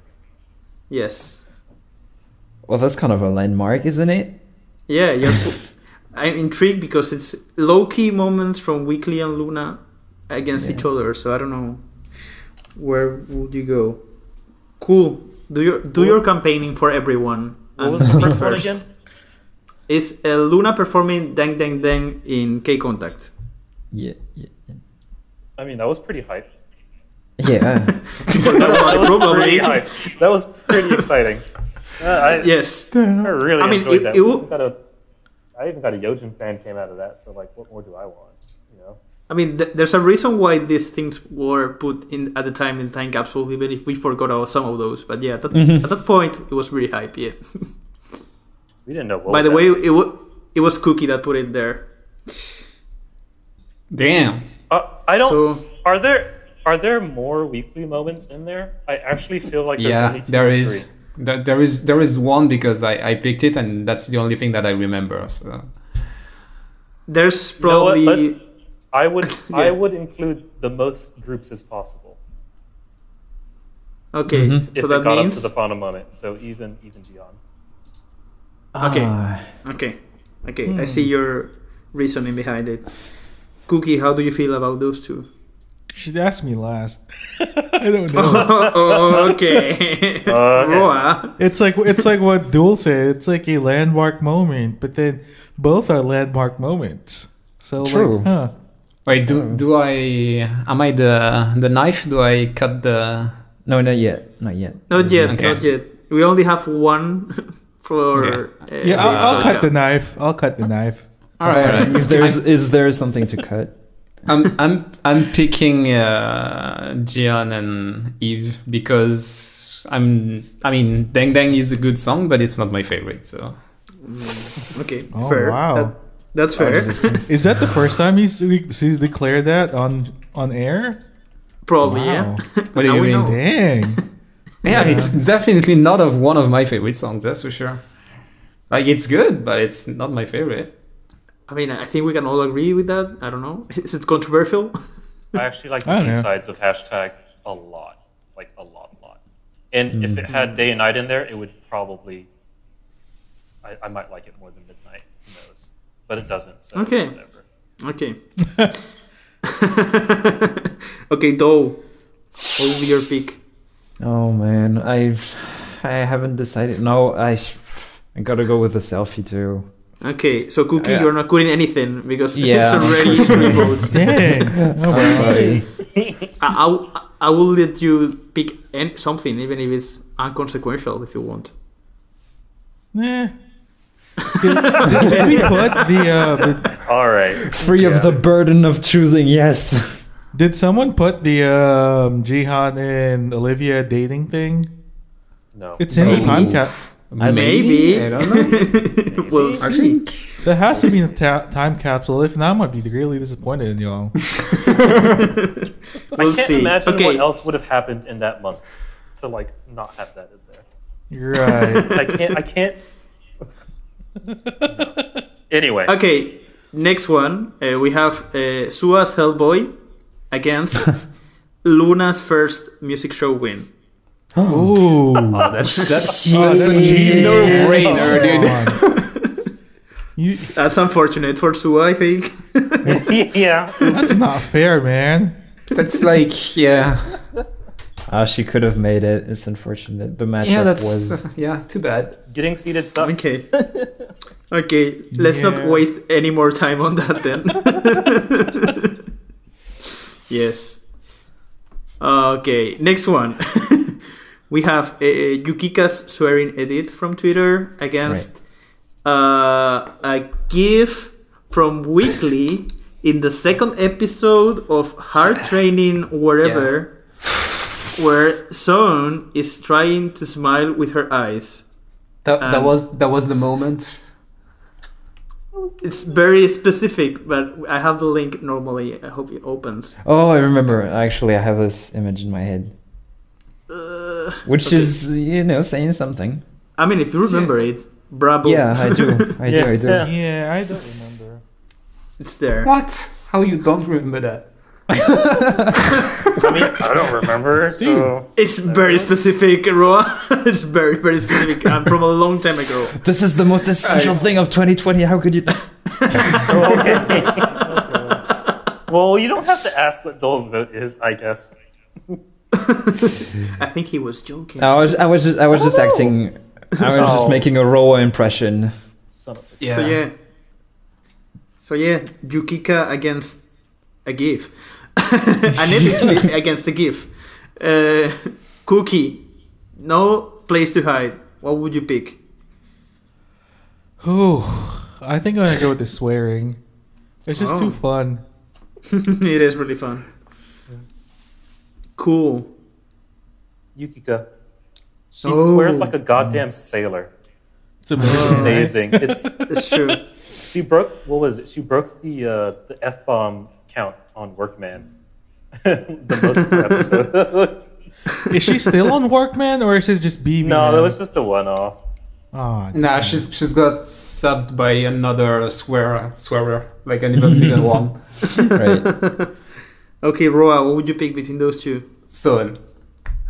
Yes. Well, that's kind of a landmark, isn't it? Yeah, you're I'm intrigued because it's low key moments from Weekly and Luna against each other, so I don't know where would you go. Cool. Do your do What your was- campaigning for everyone. What and was the me first one again? Is uh, Luna performing Dang Dang Dang in K Contact? Yeah. Yeah. I mean, that was pretty hype. yeah. that was Probably. pretty hype. That was pretty exciting. Uh, I, Yes. I Oh, really I mean, enjoyed it- that. it I w- got a, I even got a Yojin fan came out of that. So like, what more do I want? You know? I mean, th- there's a reason why these things were put in at the time in time capsule, even if we forgot about some of those. But yeah, that, Mm-hmm. Mhm. at that point, it was really hype. Yeah. We didn't know. What By was the way, happening. it wa it was Cookie that put it there. Damn. uh, I don't. So Are there are there more weekly moments in there? I actually feel like there's yeah, only two there or is. three. There, there is there is one because I, I picked it and that's the only thing that I remember. So there's You know what? probably Let- I would Yeah. I would include the most groups as possible. Okay, Mhm. Mm-hmm. so if that it got means up to the final moment. So even even beyond. Okay. Ah, okay, okay. I see your reasoning behind it. Cookie, how do you feel about those two? She asked me last. I don't know. Oh, okay. Roa. it's like it's like what Duel said. It's like a landmark moment, but then both are landmark moments. So True. like, huh? Wait, do do I am I the the knife? Do I cut the? no, not yet. Not yet. Not yet, Okay. not yet. We only have one for. uh, Yeah, I'll, I'll so- cut the knife. I'll cut the knife. All right, all right. If there's is there something to cut? I'm I'm I'm picking uh, Gian and Eve because I'm I mean Dang Dang is a good song, but it's not my favorite. So Okay, Oh fair. wow! Oh, That- that's fair. Is that the first time he's he's declared that on on air? Probably, Wow. yeah. What do Now you we mean? know. Dang. yeah, it's definitely not of one of my favorite songs. That's for sure. Like it's good, but it's not my favorite. I mean, I think we can all agree with that. I don't know. Is it controversial? I actually like the I don't know. B-sides of hashtag a lot. Like a lot, a lot. And if it Mm-hmm. had day and night in there, it would probably I, I might like it more than midnight, who knows. But it doesn't, so Okay. whatever. Okay. okay, Doe. What will be your pick? Oh man, I've I haven't decided. No, I sh- I gotta go with a selfie too. Okay, so Cookie, Yeah. you're not cutting anything because it's Yeah, already three votes. Dang. Oh, wow. Sorry. I, I, will- I will let you pick an- something, even if it's unconsequential, if you want. Nah. Did, did- did we put the, uh, the Alright. Free Yeah. of the burden of choosing. Yes. did someone put the um, Jihan and Olivia dating thing? No. It's in the Maybe. time cap. I Maybe. I don't know. we'll I see. think There has to be a ta- time capsule. If not, I'm gonna be really disappointed in y'all. We'll I can't see. imagine okay. what else would have happened in that month to like not have that in there. Right. I can't. I can't. Anyway, Okay, next one. Uh, we have uh, Sua's Hellboy against Luna's first music show win. Ooh. oh, that's that's, Oh, that's a shit. no brainer, dude. You, That's unfortunate for Sua, I think. yeah, that's not fair, man. That's like yeah, Ah, she could have made it. It's unfortunate. The matchup yeah. That's was. yeah. Too bad. getting seated sucks. Okay. Okay, let's not Yeah. waste any more time on that then. yes. Okay, next one. we have uh, Yukika's swearing edit from Twitter against uh, a GIF from Weekly in the second episode of Hard Training Whatever, where Son is trying to smile with her eyes. That, that Um, was that was the moment. It's very specific, but I have the link normally. I hope it opens. Oh, I remember. Actually, I have this image in my head, Uh, which Okay. is you know saying something. I mean, if you remember it, bravo. Yeah, I do. I do. I do. Yeah. Yeah, I don't remember. it's there. What? How you don't remember that? I mean, I don't remember. So It's very specific, Roa. it's very, very specific. I'm from a long time ago. This is the most essential thing of 2020. How could you? well, you don't have to ask what Dole's vote is, I guess. I think he was joking. I was. I was just. I was just acting. I was Oh. just making a Roa impression. Son of a- Yeah. So yeah. So yeah, Yukika against a GIF. An epic against a GIF. Uh, cookie, no place to hide. What would you pick? Ooh, I think I'm gonna go with the swearing. It's just Oh. too fun. it is really fun. Cool. Yukika. She Oh. swears like a goddamn sailor. It's amazing. Amazing. It's That's true. she broke. What was it? She broke the uh, the f bomb count on Workman. the most per episode. Is she still on Workman or is it just BB? no, now? that was just a one off. Aw, Nah, she's she's got subbed by another swearer, swearer, like an even bigger one. Right. okay, Roa, what would you pick between those two? So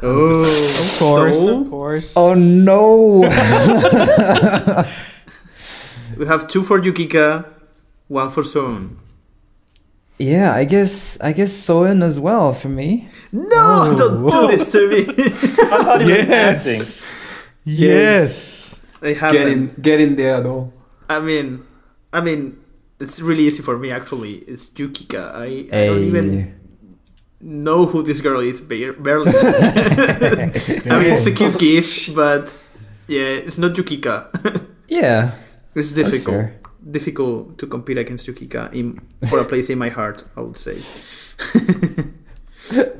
Oh, Of course, So? of course. Oh no! we have two for Yukika, one for Soon. yeah, I guess I guess Soen as well for me. No, don't do this to me. I thought he was Yes. Yes. it Get in, happened. get in there, though. I mean, I mean, it's really easy for me actually. It's Yukika. I, I don't even know who this girl is ba- barely. I mean, it's a cute gift, but yeah, it's not Yukika. Yeah, it's that's difficult. fair. difficult to compete against Yukika in, for a place in my heart, I would say.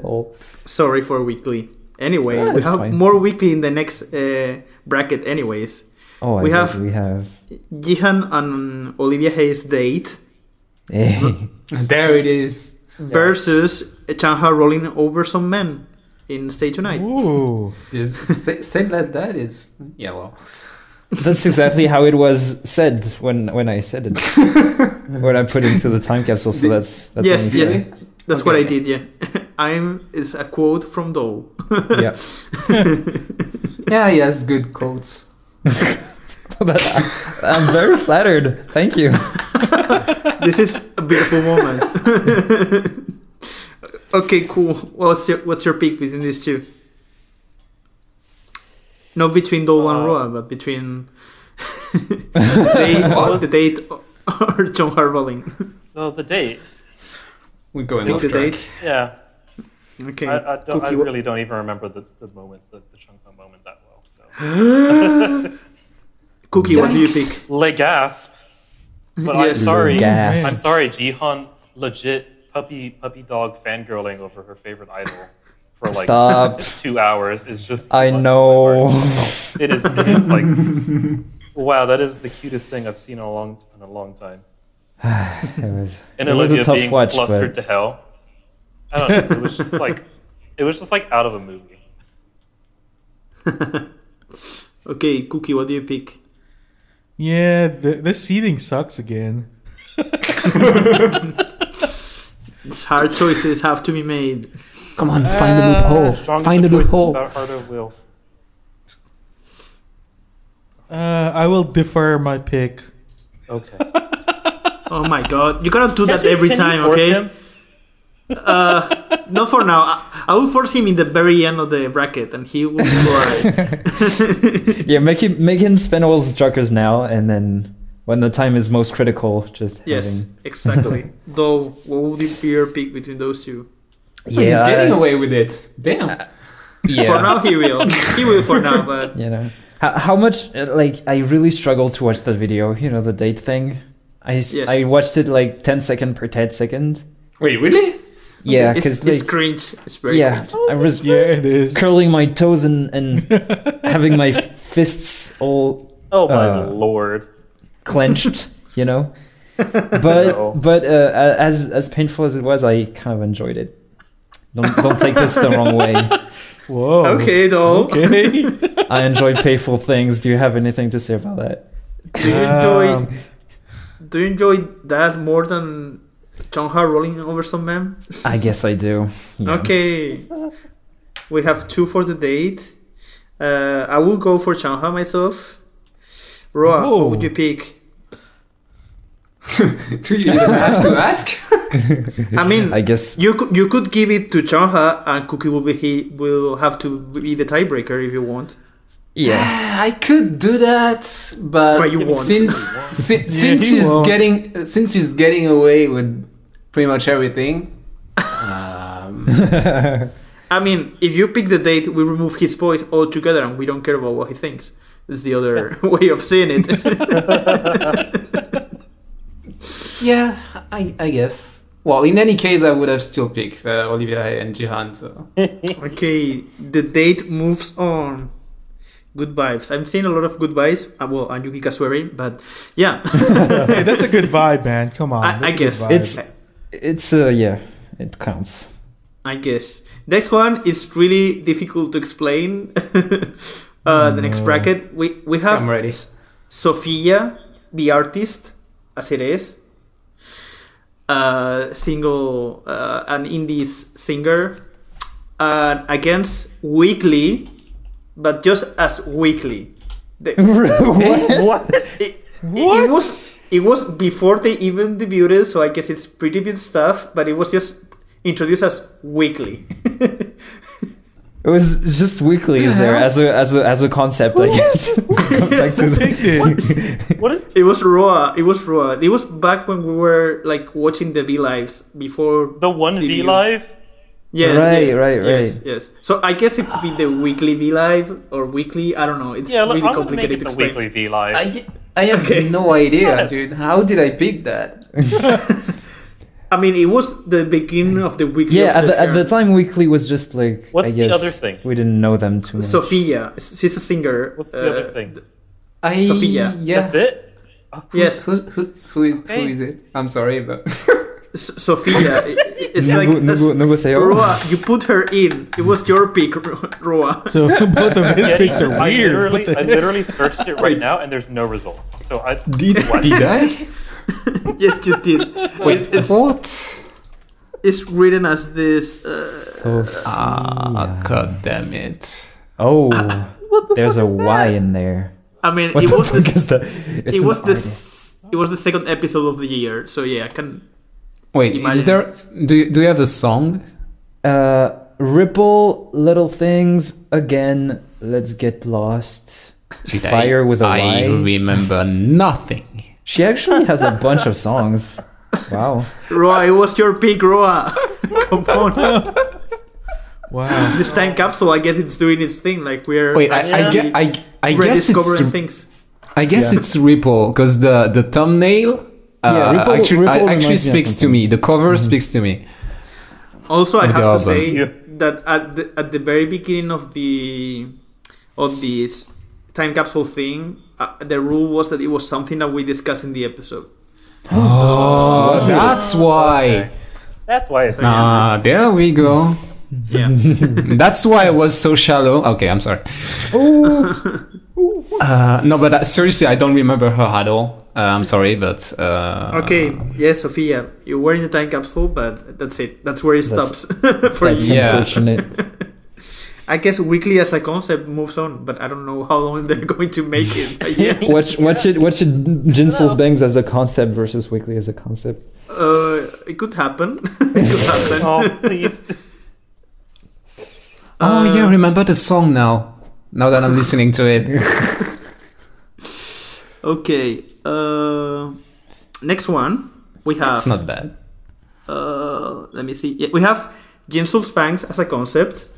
Oh, Sorry for weekly. Anyway, Ah, we it's have fine. more weekly in the next uh, bracket, anyways. oh, I We we have- have we have. Jihan and Olivia Hayes' date Hey. There it is. versus Chanha rolling over some men in Stay Tonight. Ooh. Just say, said like that is. Yeah, well. That's exactly how it was said when when I said it. when I put it into the time capsule, so that's that's yes, only yes, fair. that's Okay. what I did. Yeah, I'm. It's a quote from Dole. Yeah. Yeah, he has good quotes. But I, I'm very flattered. Thank you. this is a beautiful moment. okay, cool. What's your what's your pick between these two? Not between Dole and Uh, Roa, but between the date, the date or John Harbaling. Oh, the date. We're going Pick off the track. date. Yeah. Okay. I, I, don't, I Cookie, what- really don't even remember the, the moment, the, the Chungpa moment that well. So. Cookie, what do you pick? Le gasp. But I'm Yes. sorry. Gasp. I'm sorry, Jihan. Legit puppy puppy dog fangirling over her favorite idol for like Stop. two hours is just. too I much for my know. heart. It is. It is like. wow, that is the cutest thing I've seen in a long in a long time. It was, And it was Olivia a tough being watch, flustered but to hell. I don't know. It was just like. It was just like out of a movie. Okay, Cookie, what do you pick? Yeah, th- this seating sucks again. It's hard choices have to be made. Come on, find the loophole. Oh, Strongest Find the of Uh, choices loophole. about harder wills. Uh, I will defer my pick. Okay. Oh my god, you cannot do that Can you- every can you time, force okay? him? Uh, not for now. I, I will force him in the very end of the bracket, and he will cry. yeah, make him make him spend all his jokers now, and then when the time is most critical, just yes, exactly. Though, what would be your pick between those two? Oh, having, He's yeah, getting away with it. Damn. yeah. For now, he will. He will for now, but you know how, how much uh, like i really struggled to watch that video you know the date thing i s- Yes. i watched it like 10 second per 10 second Wait, really? yeah it's, because it's like cringe. It's very yeah cringe. i was Yeah, it is. curling my toes and and having my fists all Oh my Uh, lord. clenched you know but No. but uh, a- as as painful as it was i kind of enjoyed it don't don't take this the wrong way Whoa. Okay, though. Oh, Okay. i enjoy painful things do you have anything to say about that Do you enjoy? Um, Do you enjoy that more than Chongha rolling over some men? i guess i do Yeah. Okay. We have two for the date. Uh, I will go for Changha myself. Roa, what would Oh. you pick? Do you even have to ask? I mean, i guess you could you could give it to Changha, and Cookie will be he will have to be the tiebreaker if you want. yeah I could do that, but, But you won't. since si- since he he's won't. getting uh, since he's getting away with pretty much everything. Um, I mean, if you pick the date, we remove his voice altogether, and we don't care about what he thinks. It's the other way of saying it. yeah, I, I guess. Well, in any case, I would have still picked uh, Olivia and Jihan. So Okay, the date moves on. Good vibes. I'm seeing a lot of good vibes. Uh, well, and Yukika swearing, but yeah. hey, that's a good vibe, man. Come Oh, on. I- that's I a good guess. vibe. It's it's uh yeah, it counts. I guess. Next one is really difficult to explain. uh, the next bracket, we, we have I'm ready. S- Sofia, the artist, as it is, uh, single, uh, an indie s- singer, and against weekly, but just as weekly. The- what? it, It, it was it was before they even debuted, so I guess it's pretty good stuff. But it was just introduced as weekly. It was just weekly is there as a as a as a concept, I guess. Come back to the- What is it was raw. It was raw. It was back when we were like watching the V lives before. the one V Video. live? Yeah, Right, yeah, right, Yes, yes. So I guess it could be the weekly V live or weekly. I don't know. It's Yeah, look, really I'm gonna make complicated it to the explain. weekly V live. I, I have Okay. no idea, dude. How did I pick that? I mean, it was the beginning of the weekly. yeah, at the, at obsession. the time, weekly was just like. I What's the guess other thing? We didn't know them too much. Sophia, she's a singer. What's the uh, other thing? I, Sophia. Yeah. That's it? Who's- Yes. Who, who, who, is, who Okay. is it? I'm sorry, but. S- Sophia, i- i- it's Nugu- like that's- Nugu- "Oh." Nugu Seo. Roa, you put her in. It was your pick, Ro- Roa. So both of his Yeah, picks are I weird. Literally, What the I heck? literally searched it right now, and there's no results. So I Did, did I? yes, you did. It- it's, What? it's written as this. Uh, Sophia. Ah, god damn it. oh, there's a Y in there. I mean, What it the was fuck the, is that? It's it an was the artist. s- it was the second episode of the year. So yeah, I can. Wait, Imagine is there. Do you, do you have a song? Uh, ripple little things again. Let's get lost. Did I- Fire with a Y. I remember nothing. She actually has a bunch of songs. Wow. Roa, it was your pick, Roa. Come on, Wow. this time capsule. I guess it's doing its thing. Like we're Wait, I, I, actually gue- I, I guess it's um, rediscovering things. I guess Yeah. it's Ripple because the the thumbnail uh, Yeah, Ripple- actually Ripple I- reminds actually me of Mm-hmm. speaks to me. The cover speaks to me. Also, I of the have to album. say Yeah. that at the, at the very beginning of the of this time capsule thing, uh, the rule was that it was something that we discussed in the episode. Oh, Was it? that's why. Okay. That's why it's. Ah, there we go. Yeah, that's why I was so shallow. Okay, I'm sorry. Uh, no, but uh, seriously, I don't remember her at all. Uh, I'm sorry, but uh, Okay, yes, Sophia, you were in the time capsule, but that's it. That's where it That's- stops for That's you. Yeah. unfortunate. I guess weekly as a concept moves on, but I don't know how long they're going to make it. But yeah, What sh- what should what should Jinsel's bangs as a concept versus weekly as a concept? uh, it could happen. it could happen. Oh, please. Oh yeah, Uh, remember the song now. Now that I'm listening to it. Okay. Uh, next one we have. It's not bad. Uh, let me see. Yeah, we have Jinsul Spanks as a concept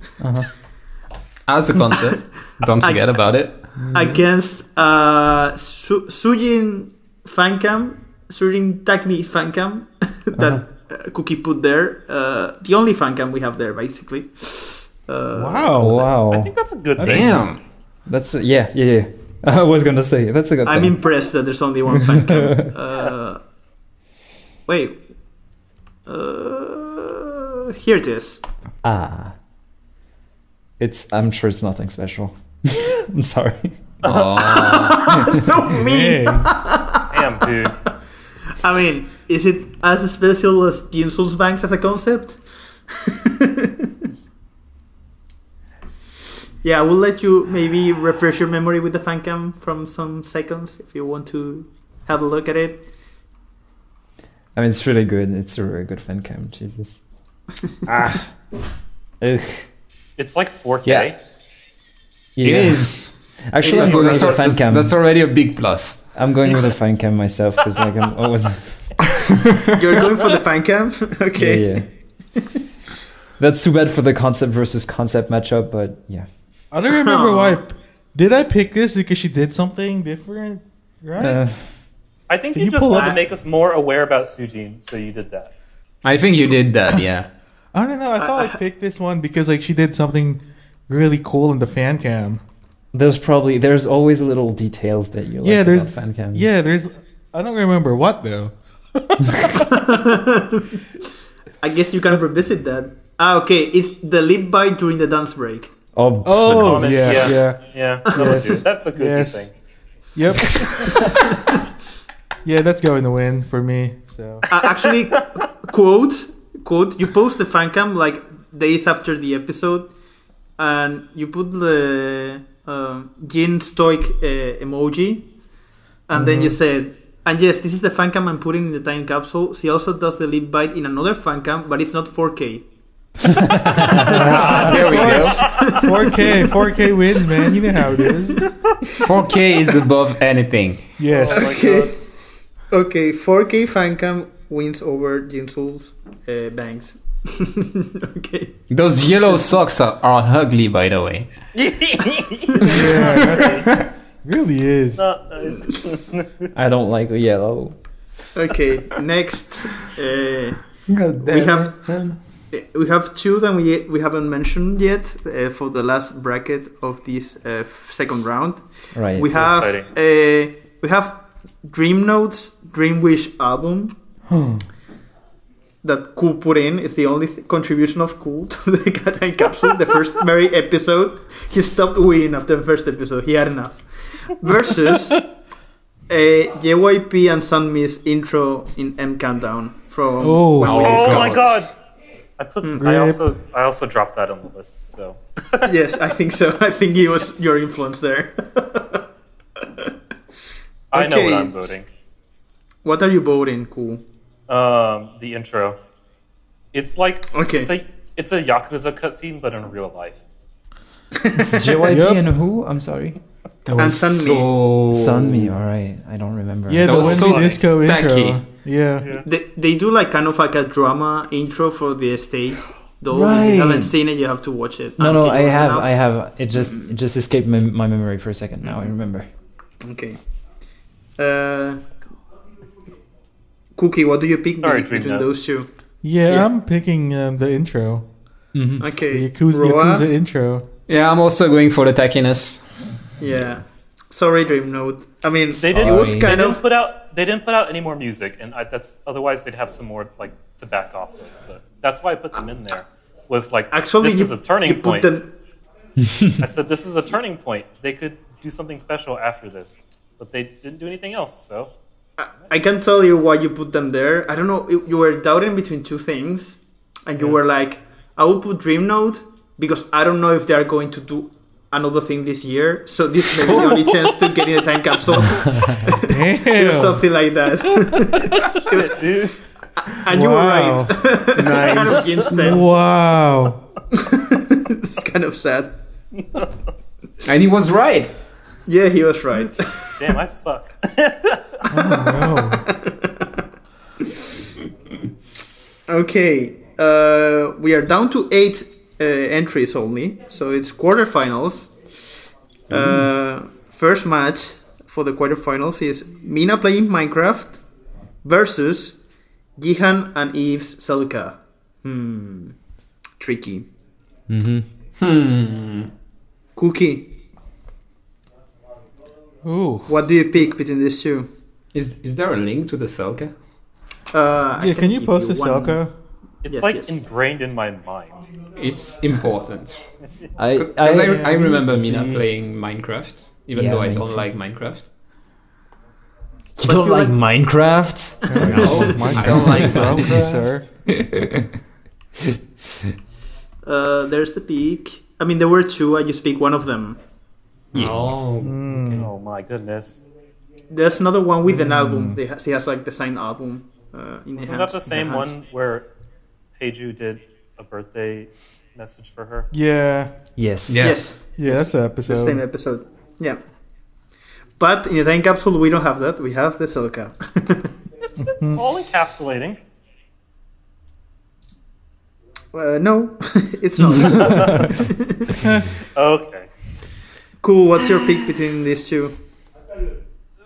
As a concept, don't forget about it. Mm-hmm. against uh, Su- Sujin Fancam, Sujin Takmi Fancam that Uh-huh. uh, Cookie put there. Uh, the only Fancam we have there, basically. Uh, Wow. I Wow. think that's a good thing. Damn. That's a, yeah yeah yeah. I was gonna say that's a good I'm thing. impressed that there's only one Fancam. uh, wait. Uh, here it is. ah, it's I'm sure it's nothing special. I'm sorry. Oh. so mean. Hey. Damn, dude. I mean, is it as special as Jinsul's Banks as a concept? yeah, I will let you maybe refresh your memory with the fan cam from some seconds if you want to have a look at it. I mean, it's really good. It's a really good fan cam. Jesus. ah. Ugh. It's like 4K. Yeah. It Yeah. is. Actually, It I'm is. going with That's, a al- fan that's- cam. that's already a big plus. I'm going with a fan cam myself because like I'm always. You're going for the fan cam? okay. Yeah, yeah. That's too bad for the concept versus concept matchup, but yeah. I don't remember why. Did I pick this because she did something different? Right? Uh, I think Can you, you just pull wanted up- to make us more aware about Sujin, so you did that. I think you did that, yeah. I don't know. I thought I picked this one because like she did something really cool in the fan cam. there's probably there's always little details that you like Yeah, there's- about fan cam. Yeah, there's. I don't remember what though. I guess you can revisit that. Ah, okay. It's the lip bite during the dance break. Oh, Oh comments, yeah, yeah. yeah, Yeah, that would do. that's a good Yes. thing. yep. yeah, that's going to win for me. So Uh, actually, quote, quote, you post the fan cam like days after the episode, and you put the um, Gin Stoic uh, emoji, and then you said, and yes, this is the fan cam I'm putting in the time capsule. She also does the lip bite in another fan cam, but it's not 4K. Ah, there we go. 4K, 4K wins, man. You know how it is. 4K is above anything. Yes. Okay. Okay, 4K Fancam wins over Jinsul's uh, bangs. okay. Those yellow socks are, are ugly, by the way. yeah, that's- really is. Not nice. I don't like Oh. yellow. Okay, next. Uh, We have- we have two that we, we haven't mentioned yet uh, for the last bracket of this uh, second round. Right. we so have exciting. uh, we have Dream Notes Dream Wish album that Cool put in is the only th- contribution of Cool to the Gatain capsule. the first very episode, he stopped winning after the first episode. He had enough. Versus uh, JYP and Sunmi's intro in M Countdown from Oh. when we Oh. discussed- Oh my God. god! I put. I Rip. also. I also dropped that on the list. So. yes, I think so. I think it was your influence there. I know what Okay. I'm voting. what are you voting, Cool? Um, the intro. It's like Okay. It's a it's a yakuza cutscene, but in real life. JYP Yep. and who? I'm sorry. That And was Sunmi. so... Sunmi. Oh. All right. I don't remember. Yeah, That the was Wendy so Disco intro. tacky. Yeah. They, they do like kind of like a drama intro for the stage. Though if Right. you haven't seen it, you have to watch it. No, I'm no, okay I with it have, now. I have. It just, it just escaped my, my memory for a second. Now I remember. Okay. Uh, Cookie, what do you pick Sorry, be- Dream between Note. those two? Yeah, Yeah. I'm picking um, the intro. Okay. The Yakuza, Roa? Yakuza intro. Yeah, I'm also going for the tackiness. Yeah. Sorry, Dream Note. I mean, They it didn't. was Sorry. They kind didn't of put out. They didn't put out any more music, and I, that's otherwise they'd have some more like to back off of. But that's why I put them in there. Was like actually this you, is a turning you put point. them. I said this is a turning point. They could do something special after this, but they didn't do anything else. So I, I can tell you why you put them there. I don't know. You you were doubting between two things, and you were like, "I will put Dream Note because I don't know if they are going to do another thing this year. So this may be the only chance to get in the time capsule." It was Damn. something like that. It was- and you were Wow. right. kind of against them. Wow. It's kind of sad. And he was right. Yeah, he was right. damn, I suck. No. Okay, uh, we are down to eight uh, entries only, so it's quarterfinals. Uh, first match for the quarterfinals is Mina playing Minecraft versus Jihan and Eve's Selka. Hmm, tricky. Hmm. Cookie, Ooh. what do you pick between these two? Is is there a link to the Selka? Uh, I Yeah, can you give post a one- Selka? It's Yes, like yes. ingrained in my mind. It's important. I, Because I, I, I need remember to Mina see. playing Minecraft, even Yeah, though I me don't too. like Minecraft. you don't you like Minecraft? Oh No, I don't like Wrong with you, Minecraft. sir. Uh, there's the pick. I mean, there were two. I just picked one of them. Oh, Hmm. Mm. Oh my goodness! There's another one with an album. They ha- she has like the same album. Uh, in her Isn't hands- that the in her same hands. one where Peju did a birthday message for her? Yeah. yes. Yeah. Yes, Yeah, that's an the same episode. episode. Yeah. But in the time capsule, we don't have that. We have the Celica. It's, it's Mm-hmm. all encapsulating. uh, no, it's not. Okay. cool. What's your pick between these two?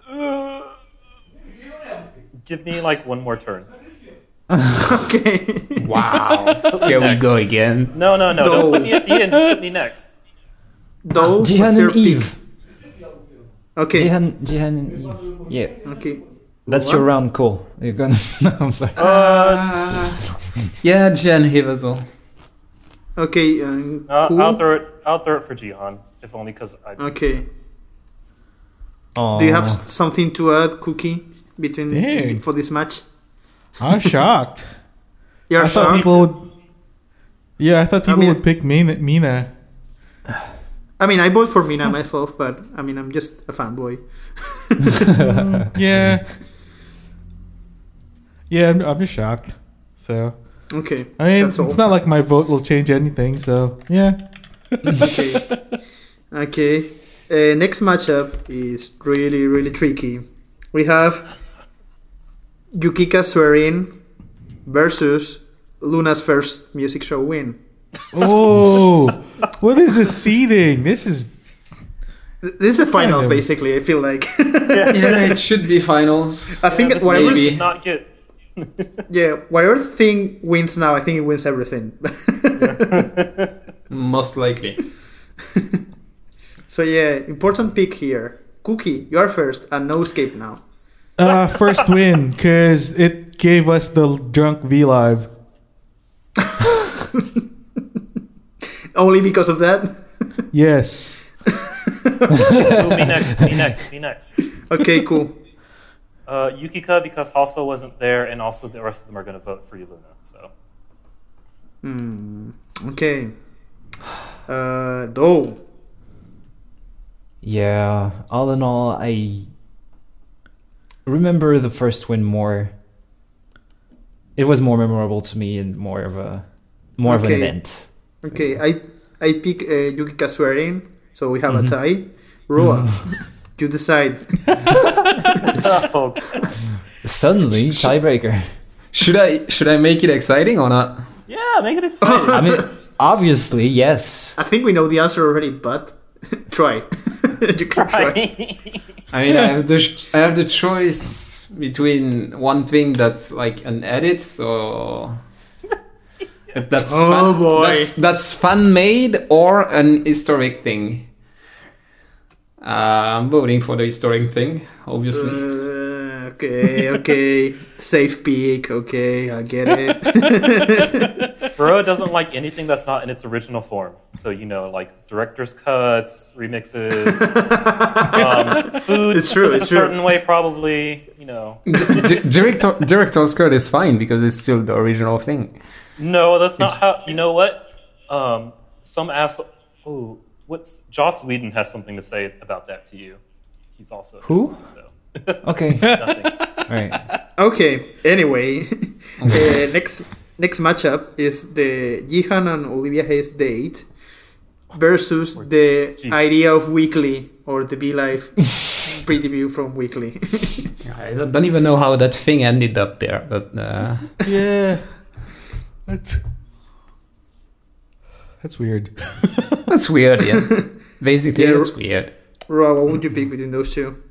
Give me like one more turn. Okay. wow. Here we Next. go again. No, no, no. No. Don't put me at the end. Just put me next. Though, what's Jihan your and pick? Eve. Okay. Jihan, Jihan and Eve. Yeah. Okay. That's your round call. You're gonna. no, I'm Uh, sorry. Yeah, Jen Hiv as well. Okay. Um, Uh, cool. I'll throw it. I'll throw it for Jihan, if only because I. Okay. Aw. Do you have s- something to add, Cookie, between Dang. for this match? I'm shocked. You're I thought shocked. people would, Yeah, I thought I people mean- would pick Mina. Mina. I mean, I vote for Hmm. Mina myself, but I mean, I'm just a fanboy. Mm, Yeah. yeah, I'm, I'm just shocked. So Okay. I mean, That's all. it's not like my vote will change anything. So yeah. okay. Okay. Uh, next matchup is really, really tricky. We have Yukika Swearin versus Luna's first music show win. Oh, what is this seeding? This is Th- This is the finals, Finals. basically. I feel like. yeah, it should be finals. I think yeah, this whatever. is- Maybe. did not get. Yeah, whatever thing wins now, I think it wins everything. Most likely. so yeah, important pick here. Cookie, you are first, and no escape now. uh, first win because it gave us the drunk V live. Only because of that. Yes. Ooh, me next. Me next. Me next. Okay, cool. Uh, Yukika because Halso wasn't there, and also the rest of them are going to vote for you, Luna. So Hmm. Okay. Uh, though. Yeah, all in all, I remember the first win more. It was more memorable to me and more of a more of Okay. an event. Okay, I I pick uh, Yuki Kasuarin, so we have a tie. Roa, you decide. oh, Suddenly, tiebreaker. Should I should I make it exciting or not? yeah, make it exciting. I mean, obviously, yes. I think we know the answer already, but try. you can try. I mean, I have the sh- I have the choice between one thing that's like an edit, so that's Oh, fan- boy. that's, that's fan made or an historic thing. Uh, I'm voting for the historic thing, obviously. Uh, okay, okay. Safe pick. Okay, I get it. Burrow doesn't like anything that's not in its original form. So you know, like director's cuts, remixes, um, food It's true, cooked it's a true. certain way, probably. You know, D- director director's cut is fine because it's still the original thing. no, that's not how. You know what? Um, some asshole. Oh, what's Joss Whedon has something to say about that to you. He's also Who? an asshole, Okay, So nothing. all right. Okay. Anyway, uh, next next matchup is the Jihan and Olivia Hayes date versus the Gee. idea of Weekly or the Be Life preview from Weekly. I don't don't even know how that thing ended up there, but uh, Yeah. That's that's weird. that's weird. Yeah, basically, Yeah, it's weird. Rob, what would you pick between those two?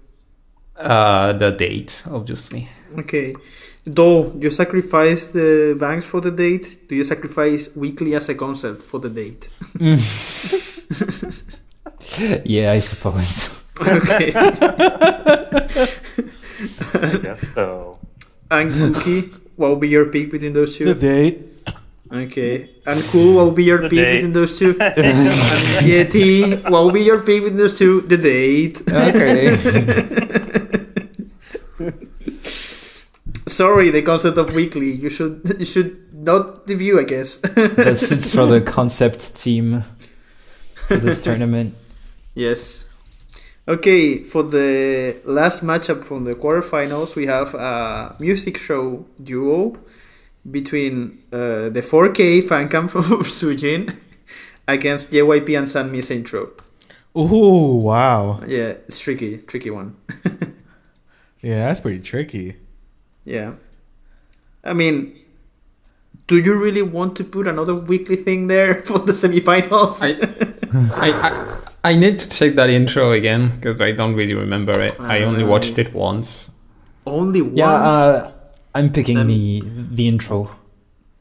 Uh, the date, obviously. Okay. Though you sacrifice the banks for the date, do you sacrifice weekly as a concept for the date? Yeah, I suppose. Okay. I guess so. and Cookie, what would be your pick between those two? The date. Okay. And Cool, what would be your The pick date. between those two? and Yeti, what would be your pick between those two? The date. Okay. Sorry, the concept of weekly. You should you should not debut, I guess. that sits for the concept team for this tournament. Yes. Okay, for the last matchup from the quarterfinals, we have a music show duo between uh, the 4K fan cam from Sujin against JYP and San Mi's intro. Oh wow. Yeah, it's tricky, tricky one. Yeah, that's pretty tricky. Yeah. I mean, do you really want to put another weekly thing there for the semifinals? I, I, I, I need to check that intro again because I don't really remember it. I only Ah. watched it once. Only once? Yeah, uh, I'm picking Um, the the intro.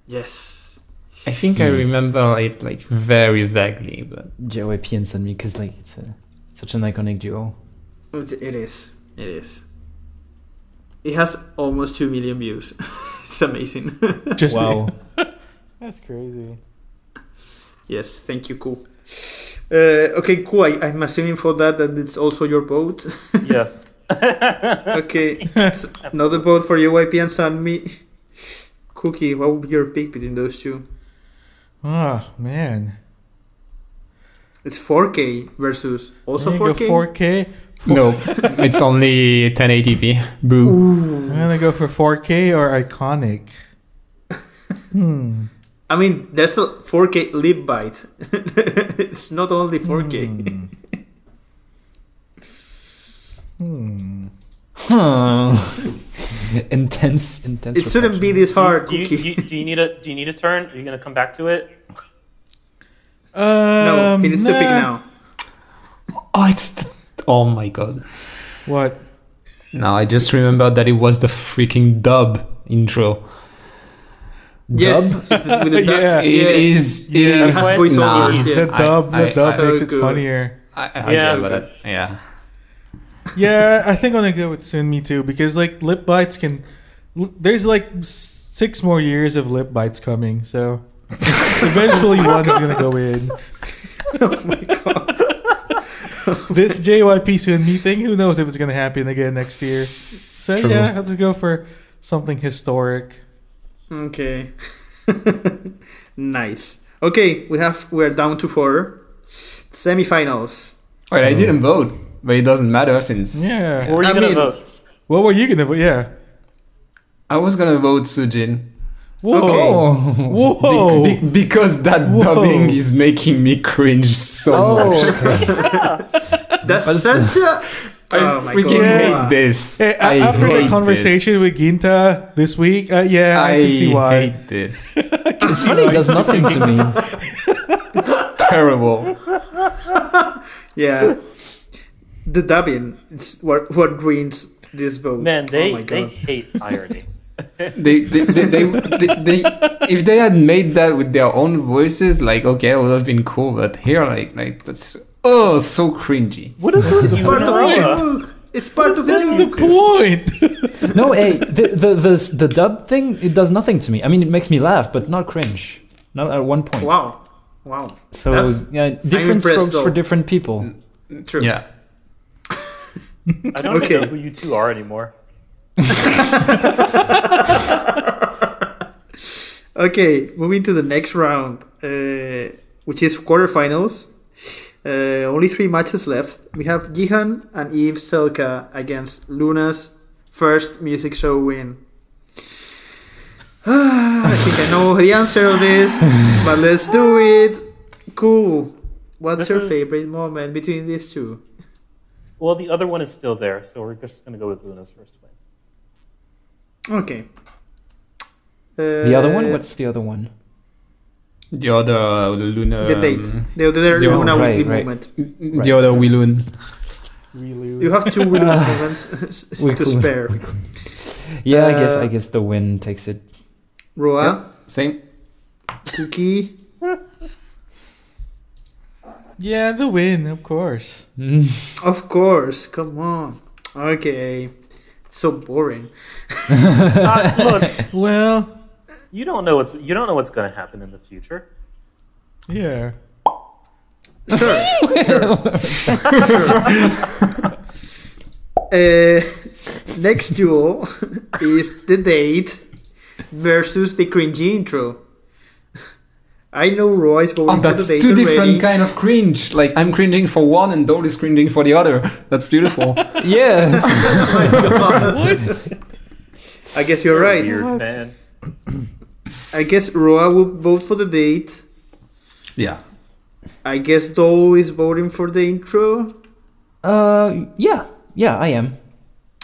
yes. I think I remember it like very vaguely, but JYP and Sunmi because like it's a, such an iconic duo. It it is. It is. It has almost 2 million views. it's amazing. Just wow. that's crazy. yes, thank you, cool. Uh, okay, cool. I, I'm assuming for that that it's also your vote. Yes. okay, it's another vote for UYP and Sanmi. Cookie, what would be your pick between those two? Ah man. It's 4K versus also I'm gonna 4K. go 4K. No, it's only 1080p. Boo. I'm gonna go for 4K or iconic. Hmm. I mean, there's the 4K lip bite. it's not only 4K. Um, Hmm. Huh. intense, intense. It shouldn't be reflection. this hard, Do you, Cookie. do, you, do you need a Do you need a turn? Are you gonna come back to it? no, Um, he needs to pick nah. now. Oh, it's. The- oh my god. What? Now I just remembered that it was the freaking dub intro. Yes, it's the- with the dub. Yeah. It is. It Yeah. is That's why it's so not. easy. The I- dub, I- the dub so makes it good. funnier. I, I Yeah. remember that. Yeah. yeah, I think I'm gonna go with Soon Me Too because like lip bites can. l- There's like s- six more years of lip bites coming, so eventually one's gonna go in. Oh this JYP Soon Me thing, who knows if it's gonna happen again next year? So True. yeah, let's go for something historic. Okay. nice. Okay, we have we're down to four semifinals. Wait, I didn't vote, but it doesn't matter since. Yeah. Or are you I gonna mean- vote? What were you gonna? vo- Yeah. I was gonna vote Sujin. Whoa. Okay. Oh. Whoa. Be- because that Whoa. dubbing is making me cringe so much. Oh, okay. That's such a. I Oh my freaking God. hate this. Hey, a- I after hate the conversation with Ginta this week, uh, this. yeah, I, can see why. hate this. it's funny. It does nothing to me. Terrible. Yeah. The dubbing it's what what wins this vote. Man, they oh my they god. hate irony. They they, they, they, they, they, if they had made that with their own voices, like okay, it would have been cool. But here, like, like that's oh, so cringy. What is this? It's part of Unova? the joke. It's part of the That's the joke. point. No, hey, the, the the the dub thing. It does nothing to me. I mean, it makes me laugh, but not cringe. Not at one point. Wow. Wow. So That's yeah, different impressed, strokes though. for different people. true. Yeah. I don't Okay. even know who you two are anymore. Okay, moving to the next round, uh, which is quarterfinals. Uh, only three matches left. We have Jihan and Eve Selka against Luna's first music show win. I think I know the answer of this, but let's do it. Cool. What's This your is- favorite moment between these two? Well, the other one is still there, so we're just gonna go with Luna's first win. Okay. Uh, The other one. What's the other one? The other uh, Luna. the date? um, The other the- Luna right, weekly right. moment. The other Wilun. You have two Luna's moments to Weekly. spare. Yeah, I guess Uh, I guess the win takes it. Roa, Same. Cookie. yeah, the win, of course. Mm. Of course, come on. Okay. So boring. Ah, look, Well, you don't know what's you don't know what's gonna happen in the future. yeah. Sure. sure. sure. Uh, next duel is the date versus the cringy intro. I know Roy is going Oh, for that's the date two already. different kind of cringe. Like I'm cringing for one, and Dole is cringing for the other. That's beautiful. Yeah, that's- I guess you're right. Weird man. I guess Roa will vote for the date. yeah. I guess Dole is voting for the intro. uh, yeah, yeah, I am.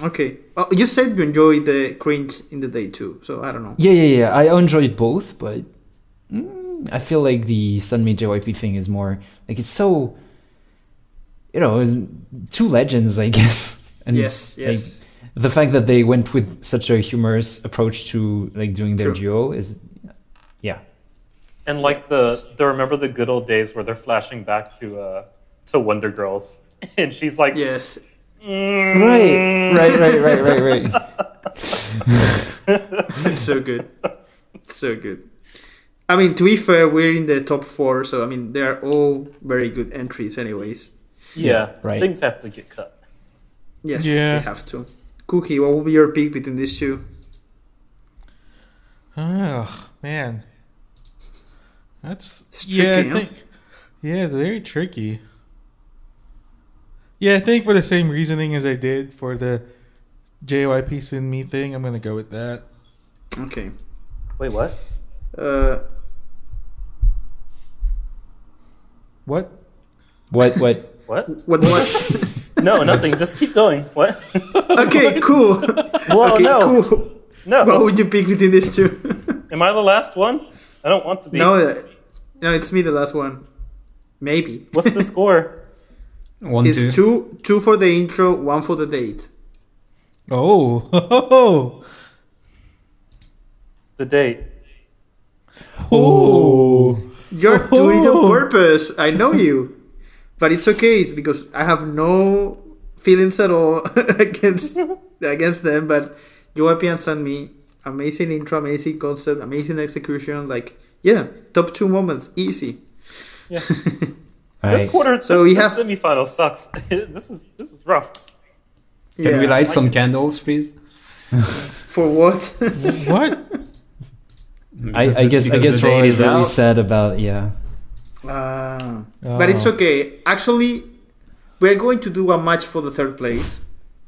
Okay. Oh, you said you enjoyed the cringe in the day too, so I don't know. Yeah, yeah, yeah. I enjoyed both, but mm, I feel like the Sunmi JYP thing is more like it's so, you know, it's two legends, I guess. And yes, yes. the fact that they went with such a humorous approach to like doing their duo is And like the the remember the good old days where they're flashing back to uh to Wonder Girls, and she's like, yes. "Mm, right, right, right, right, right, right. It's so good. It's so good. I mean, to be fair, we're in the top four, so I mean, they're all very good entries, anyways. yeah, right. Things have to get cut. Yes, Yeah. they have to. Cookie, what will be your pick between these two? Oh man. That's It's yeah, tricky, I huh? think yeah, it's very tricky. Yeah, I think for the same reasoning as I did for the JYP Sin Me thing, I'm gonna go with that. Okay. Wait, what? Uh, What? What? What? What? what? What? No, nothing. Just keep going. What? okay, cool. Whoa, okay, no. cool. No. What would you pick between these two? Am I the last one? I don't want to be. no, uh, no, it's me, the last one. Maybe. What's the score? One, it's two. two, two for the intro, one for the date. Oh, The date. oh, You're doing it on Oh. purpose. I know you, but it's okay. It's because I have no feelings at all against against them. But European and me, amazing intro, amazing concept, amazing execution. Like yeah, top two moments, easy. Yeah. This Alright. quarter, So so we this, have- this semifinal sucks. this is this is rough. Can we Yeah. light some candles, please? for what? what? Because I, I the- guess I because guess the date Roy is is really out. sad about yeah. Ah. But it's Oh. okay. Actually, we're going to do a match for the third place.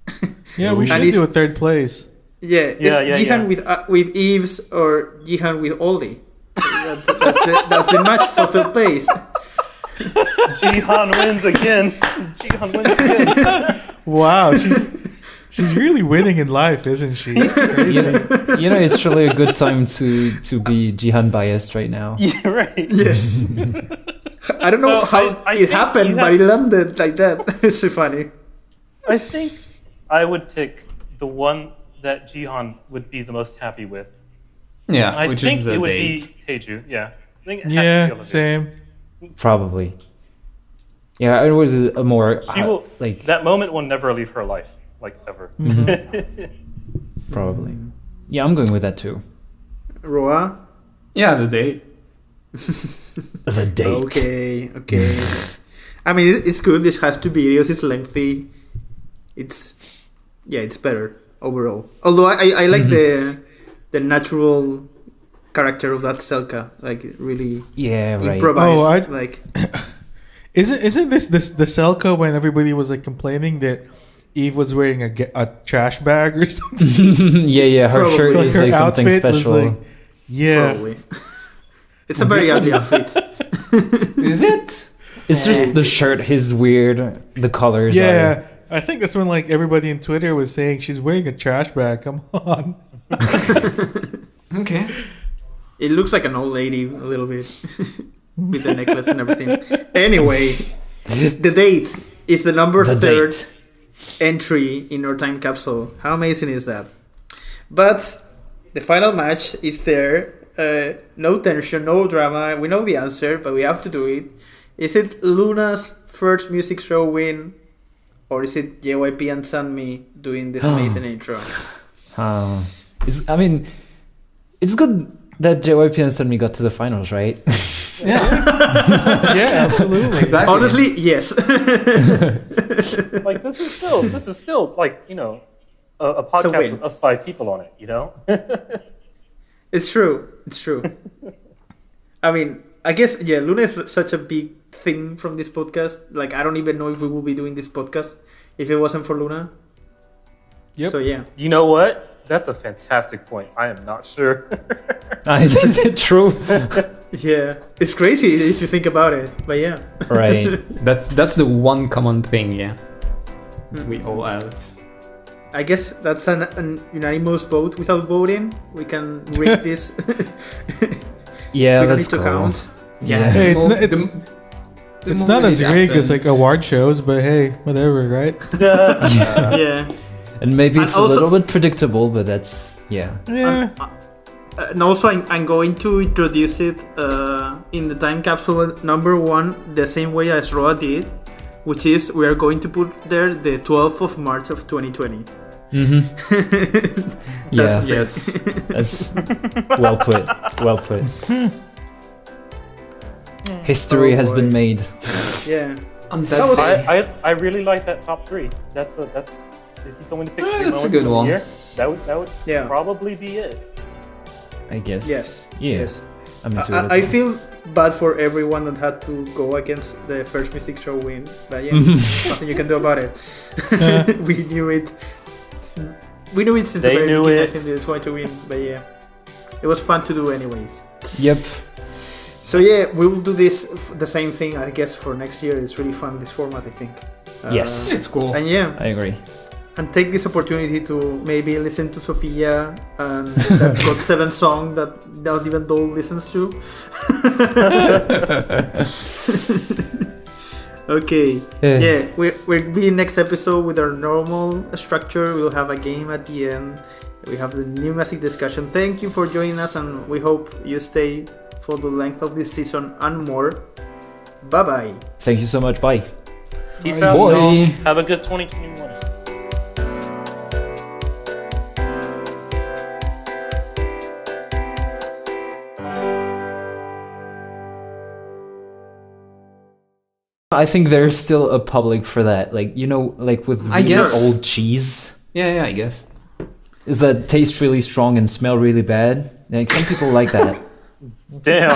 Yeah, we And should it's- do a third place. Yeah, Yeah, it's yeah, Jihan yeah. with uh, with Eves or Jihan with Oli. That's, that's, the, that's the match for third place. Jihan wins again. Jihan wins again. Wow, she's she's really winning in life, isn't she? That's You crazy. know, you know, it's really a good time to to be Jihan biased right now. yeah, right. Yes. I don't know So, how I- I it think happened, you but have- it landed like that. it's so funny. I think I would pick the one that Jihan would be the most happy with. Yeah, I which think is the it would date. be Heiju. Yeah. I think it has to be on Yeah, the date. same. Probably. Yeah, it was a more She uh, will like that moment will never leave her life, like ever. probably. Yeah, I'm going with that too. Roa. Yeah, the date. The date. Okay. Okay. I mean, it- it's good. This has two videos. It's lengthy. It's yeah, it's better overall. Although I, I, I like Mm-hmm. the the natural character of that Selka, like really Yeah, right. improvised. Oh, I- Like Isn't isn't this this the Selka when everybody was like complaining that Eve was wearing a, ga- a trash bag or something? yeah, yeah. Her Probably. shirt is Her like something outfit was, special. like, yeah, Probably. it's a very ugly outfit. Is it? it's Yeah. just the shirt is weird. The colors. yeah. I think that's when like everybody in Twitter was saying she's wearing a trash bag. Come on, Okay. It looks like an old lady a little bit with the necklace and everything. Anyway, the date is the number Are the third date. entry in our time capsule. How amazing is that? But the final match is there. Uh, no tension, no drama. We know the answer, but we have to do it. Is it Luna's first music show win, or is it JYP and Sunmi doing this amazing intro? Oh. It's, I mean, it's good that JYP and Sunmi got to the finals, right? Yeah. yeah, absolutely. Exactly. Honestly, yes. like this is still this is still like, you know, a, a win. podcast with us five people on it, you know? It's true. It's true. I mean, I guess yeah, Luna is such a big thing from this podcast. Like, I don't even know if we will be doing this podcast if it wasn't for Luna. Yep. So yeah, You know what? That's a fantastic point. I am not sure. I is it true? yeah, it's crazy if you think about it. But yeah, right. That's that's the one common thing, yeah. We all have. I guess that's an, an unanimous vote without voting. We can rate this. Yeah, we don't that's need to cool. count. Yeah. Hey, it's Well, not- it's- the- the it's moment not as it big as like happens- award shows, but hey, whatever, right? Uh, yeah. And maybe And it's also- a little bit predictable, but that's yeah. Yeah, Uh, and also, I'm, I'm going to introduce it uh, in the time capsule number one, the same way as Roa did, which is we are going to put there the 12th of March of 2020. Mm-hmm. Yeah, Yes. that's well put. Well put. History Oh, has been boy. made. Yeah. And That was- that's, I, I, I really like that top three. That's a that's if you told me to pick Yeah, three Eh, that's a moments good from the one. year, that would that would Yeah. probably be it. I guess. Yes. Yeah. Yes. I'm into I, it. I As well. feel bad for everyone that had to go against the first Mystic Show win, but yeah, nothing you can do about it. we knew it. We knew it since They the very knew beginning. it. I think it's going to win, but yeah, it was fun to do anyways. Yep. So yeah, we will do this f- the same thing, I guess, for next year. It's really fun this format, I think. Uh, Yes. It's cool. And yeah, I agree. and take this opportunity to maybe listen to Sofia and that God Seven song that not even Dole listens to. okay. Eh, Yeah, we we'll be next episode with our normal structure. We'll have a game at the end. We have the new music discussion. Thank you for joining us, and we hope you stay for the length of this season and more. Bye bye. Thank you so much. Bye. Peace out. Boy. y'all. Have a good 2021. I think there's still a public for that. Like you know, like with I really guess. old cheese. Yeah, yeah, I guess. Is that taste really strong and smell really bad? Like some people like that. Damn.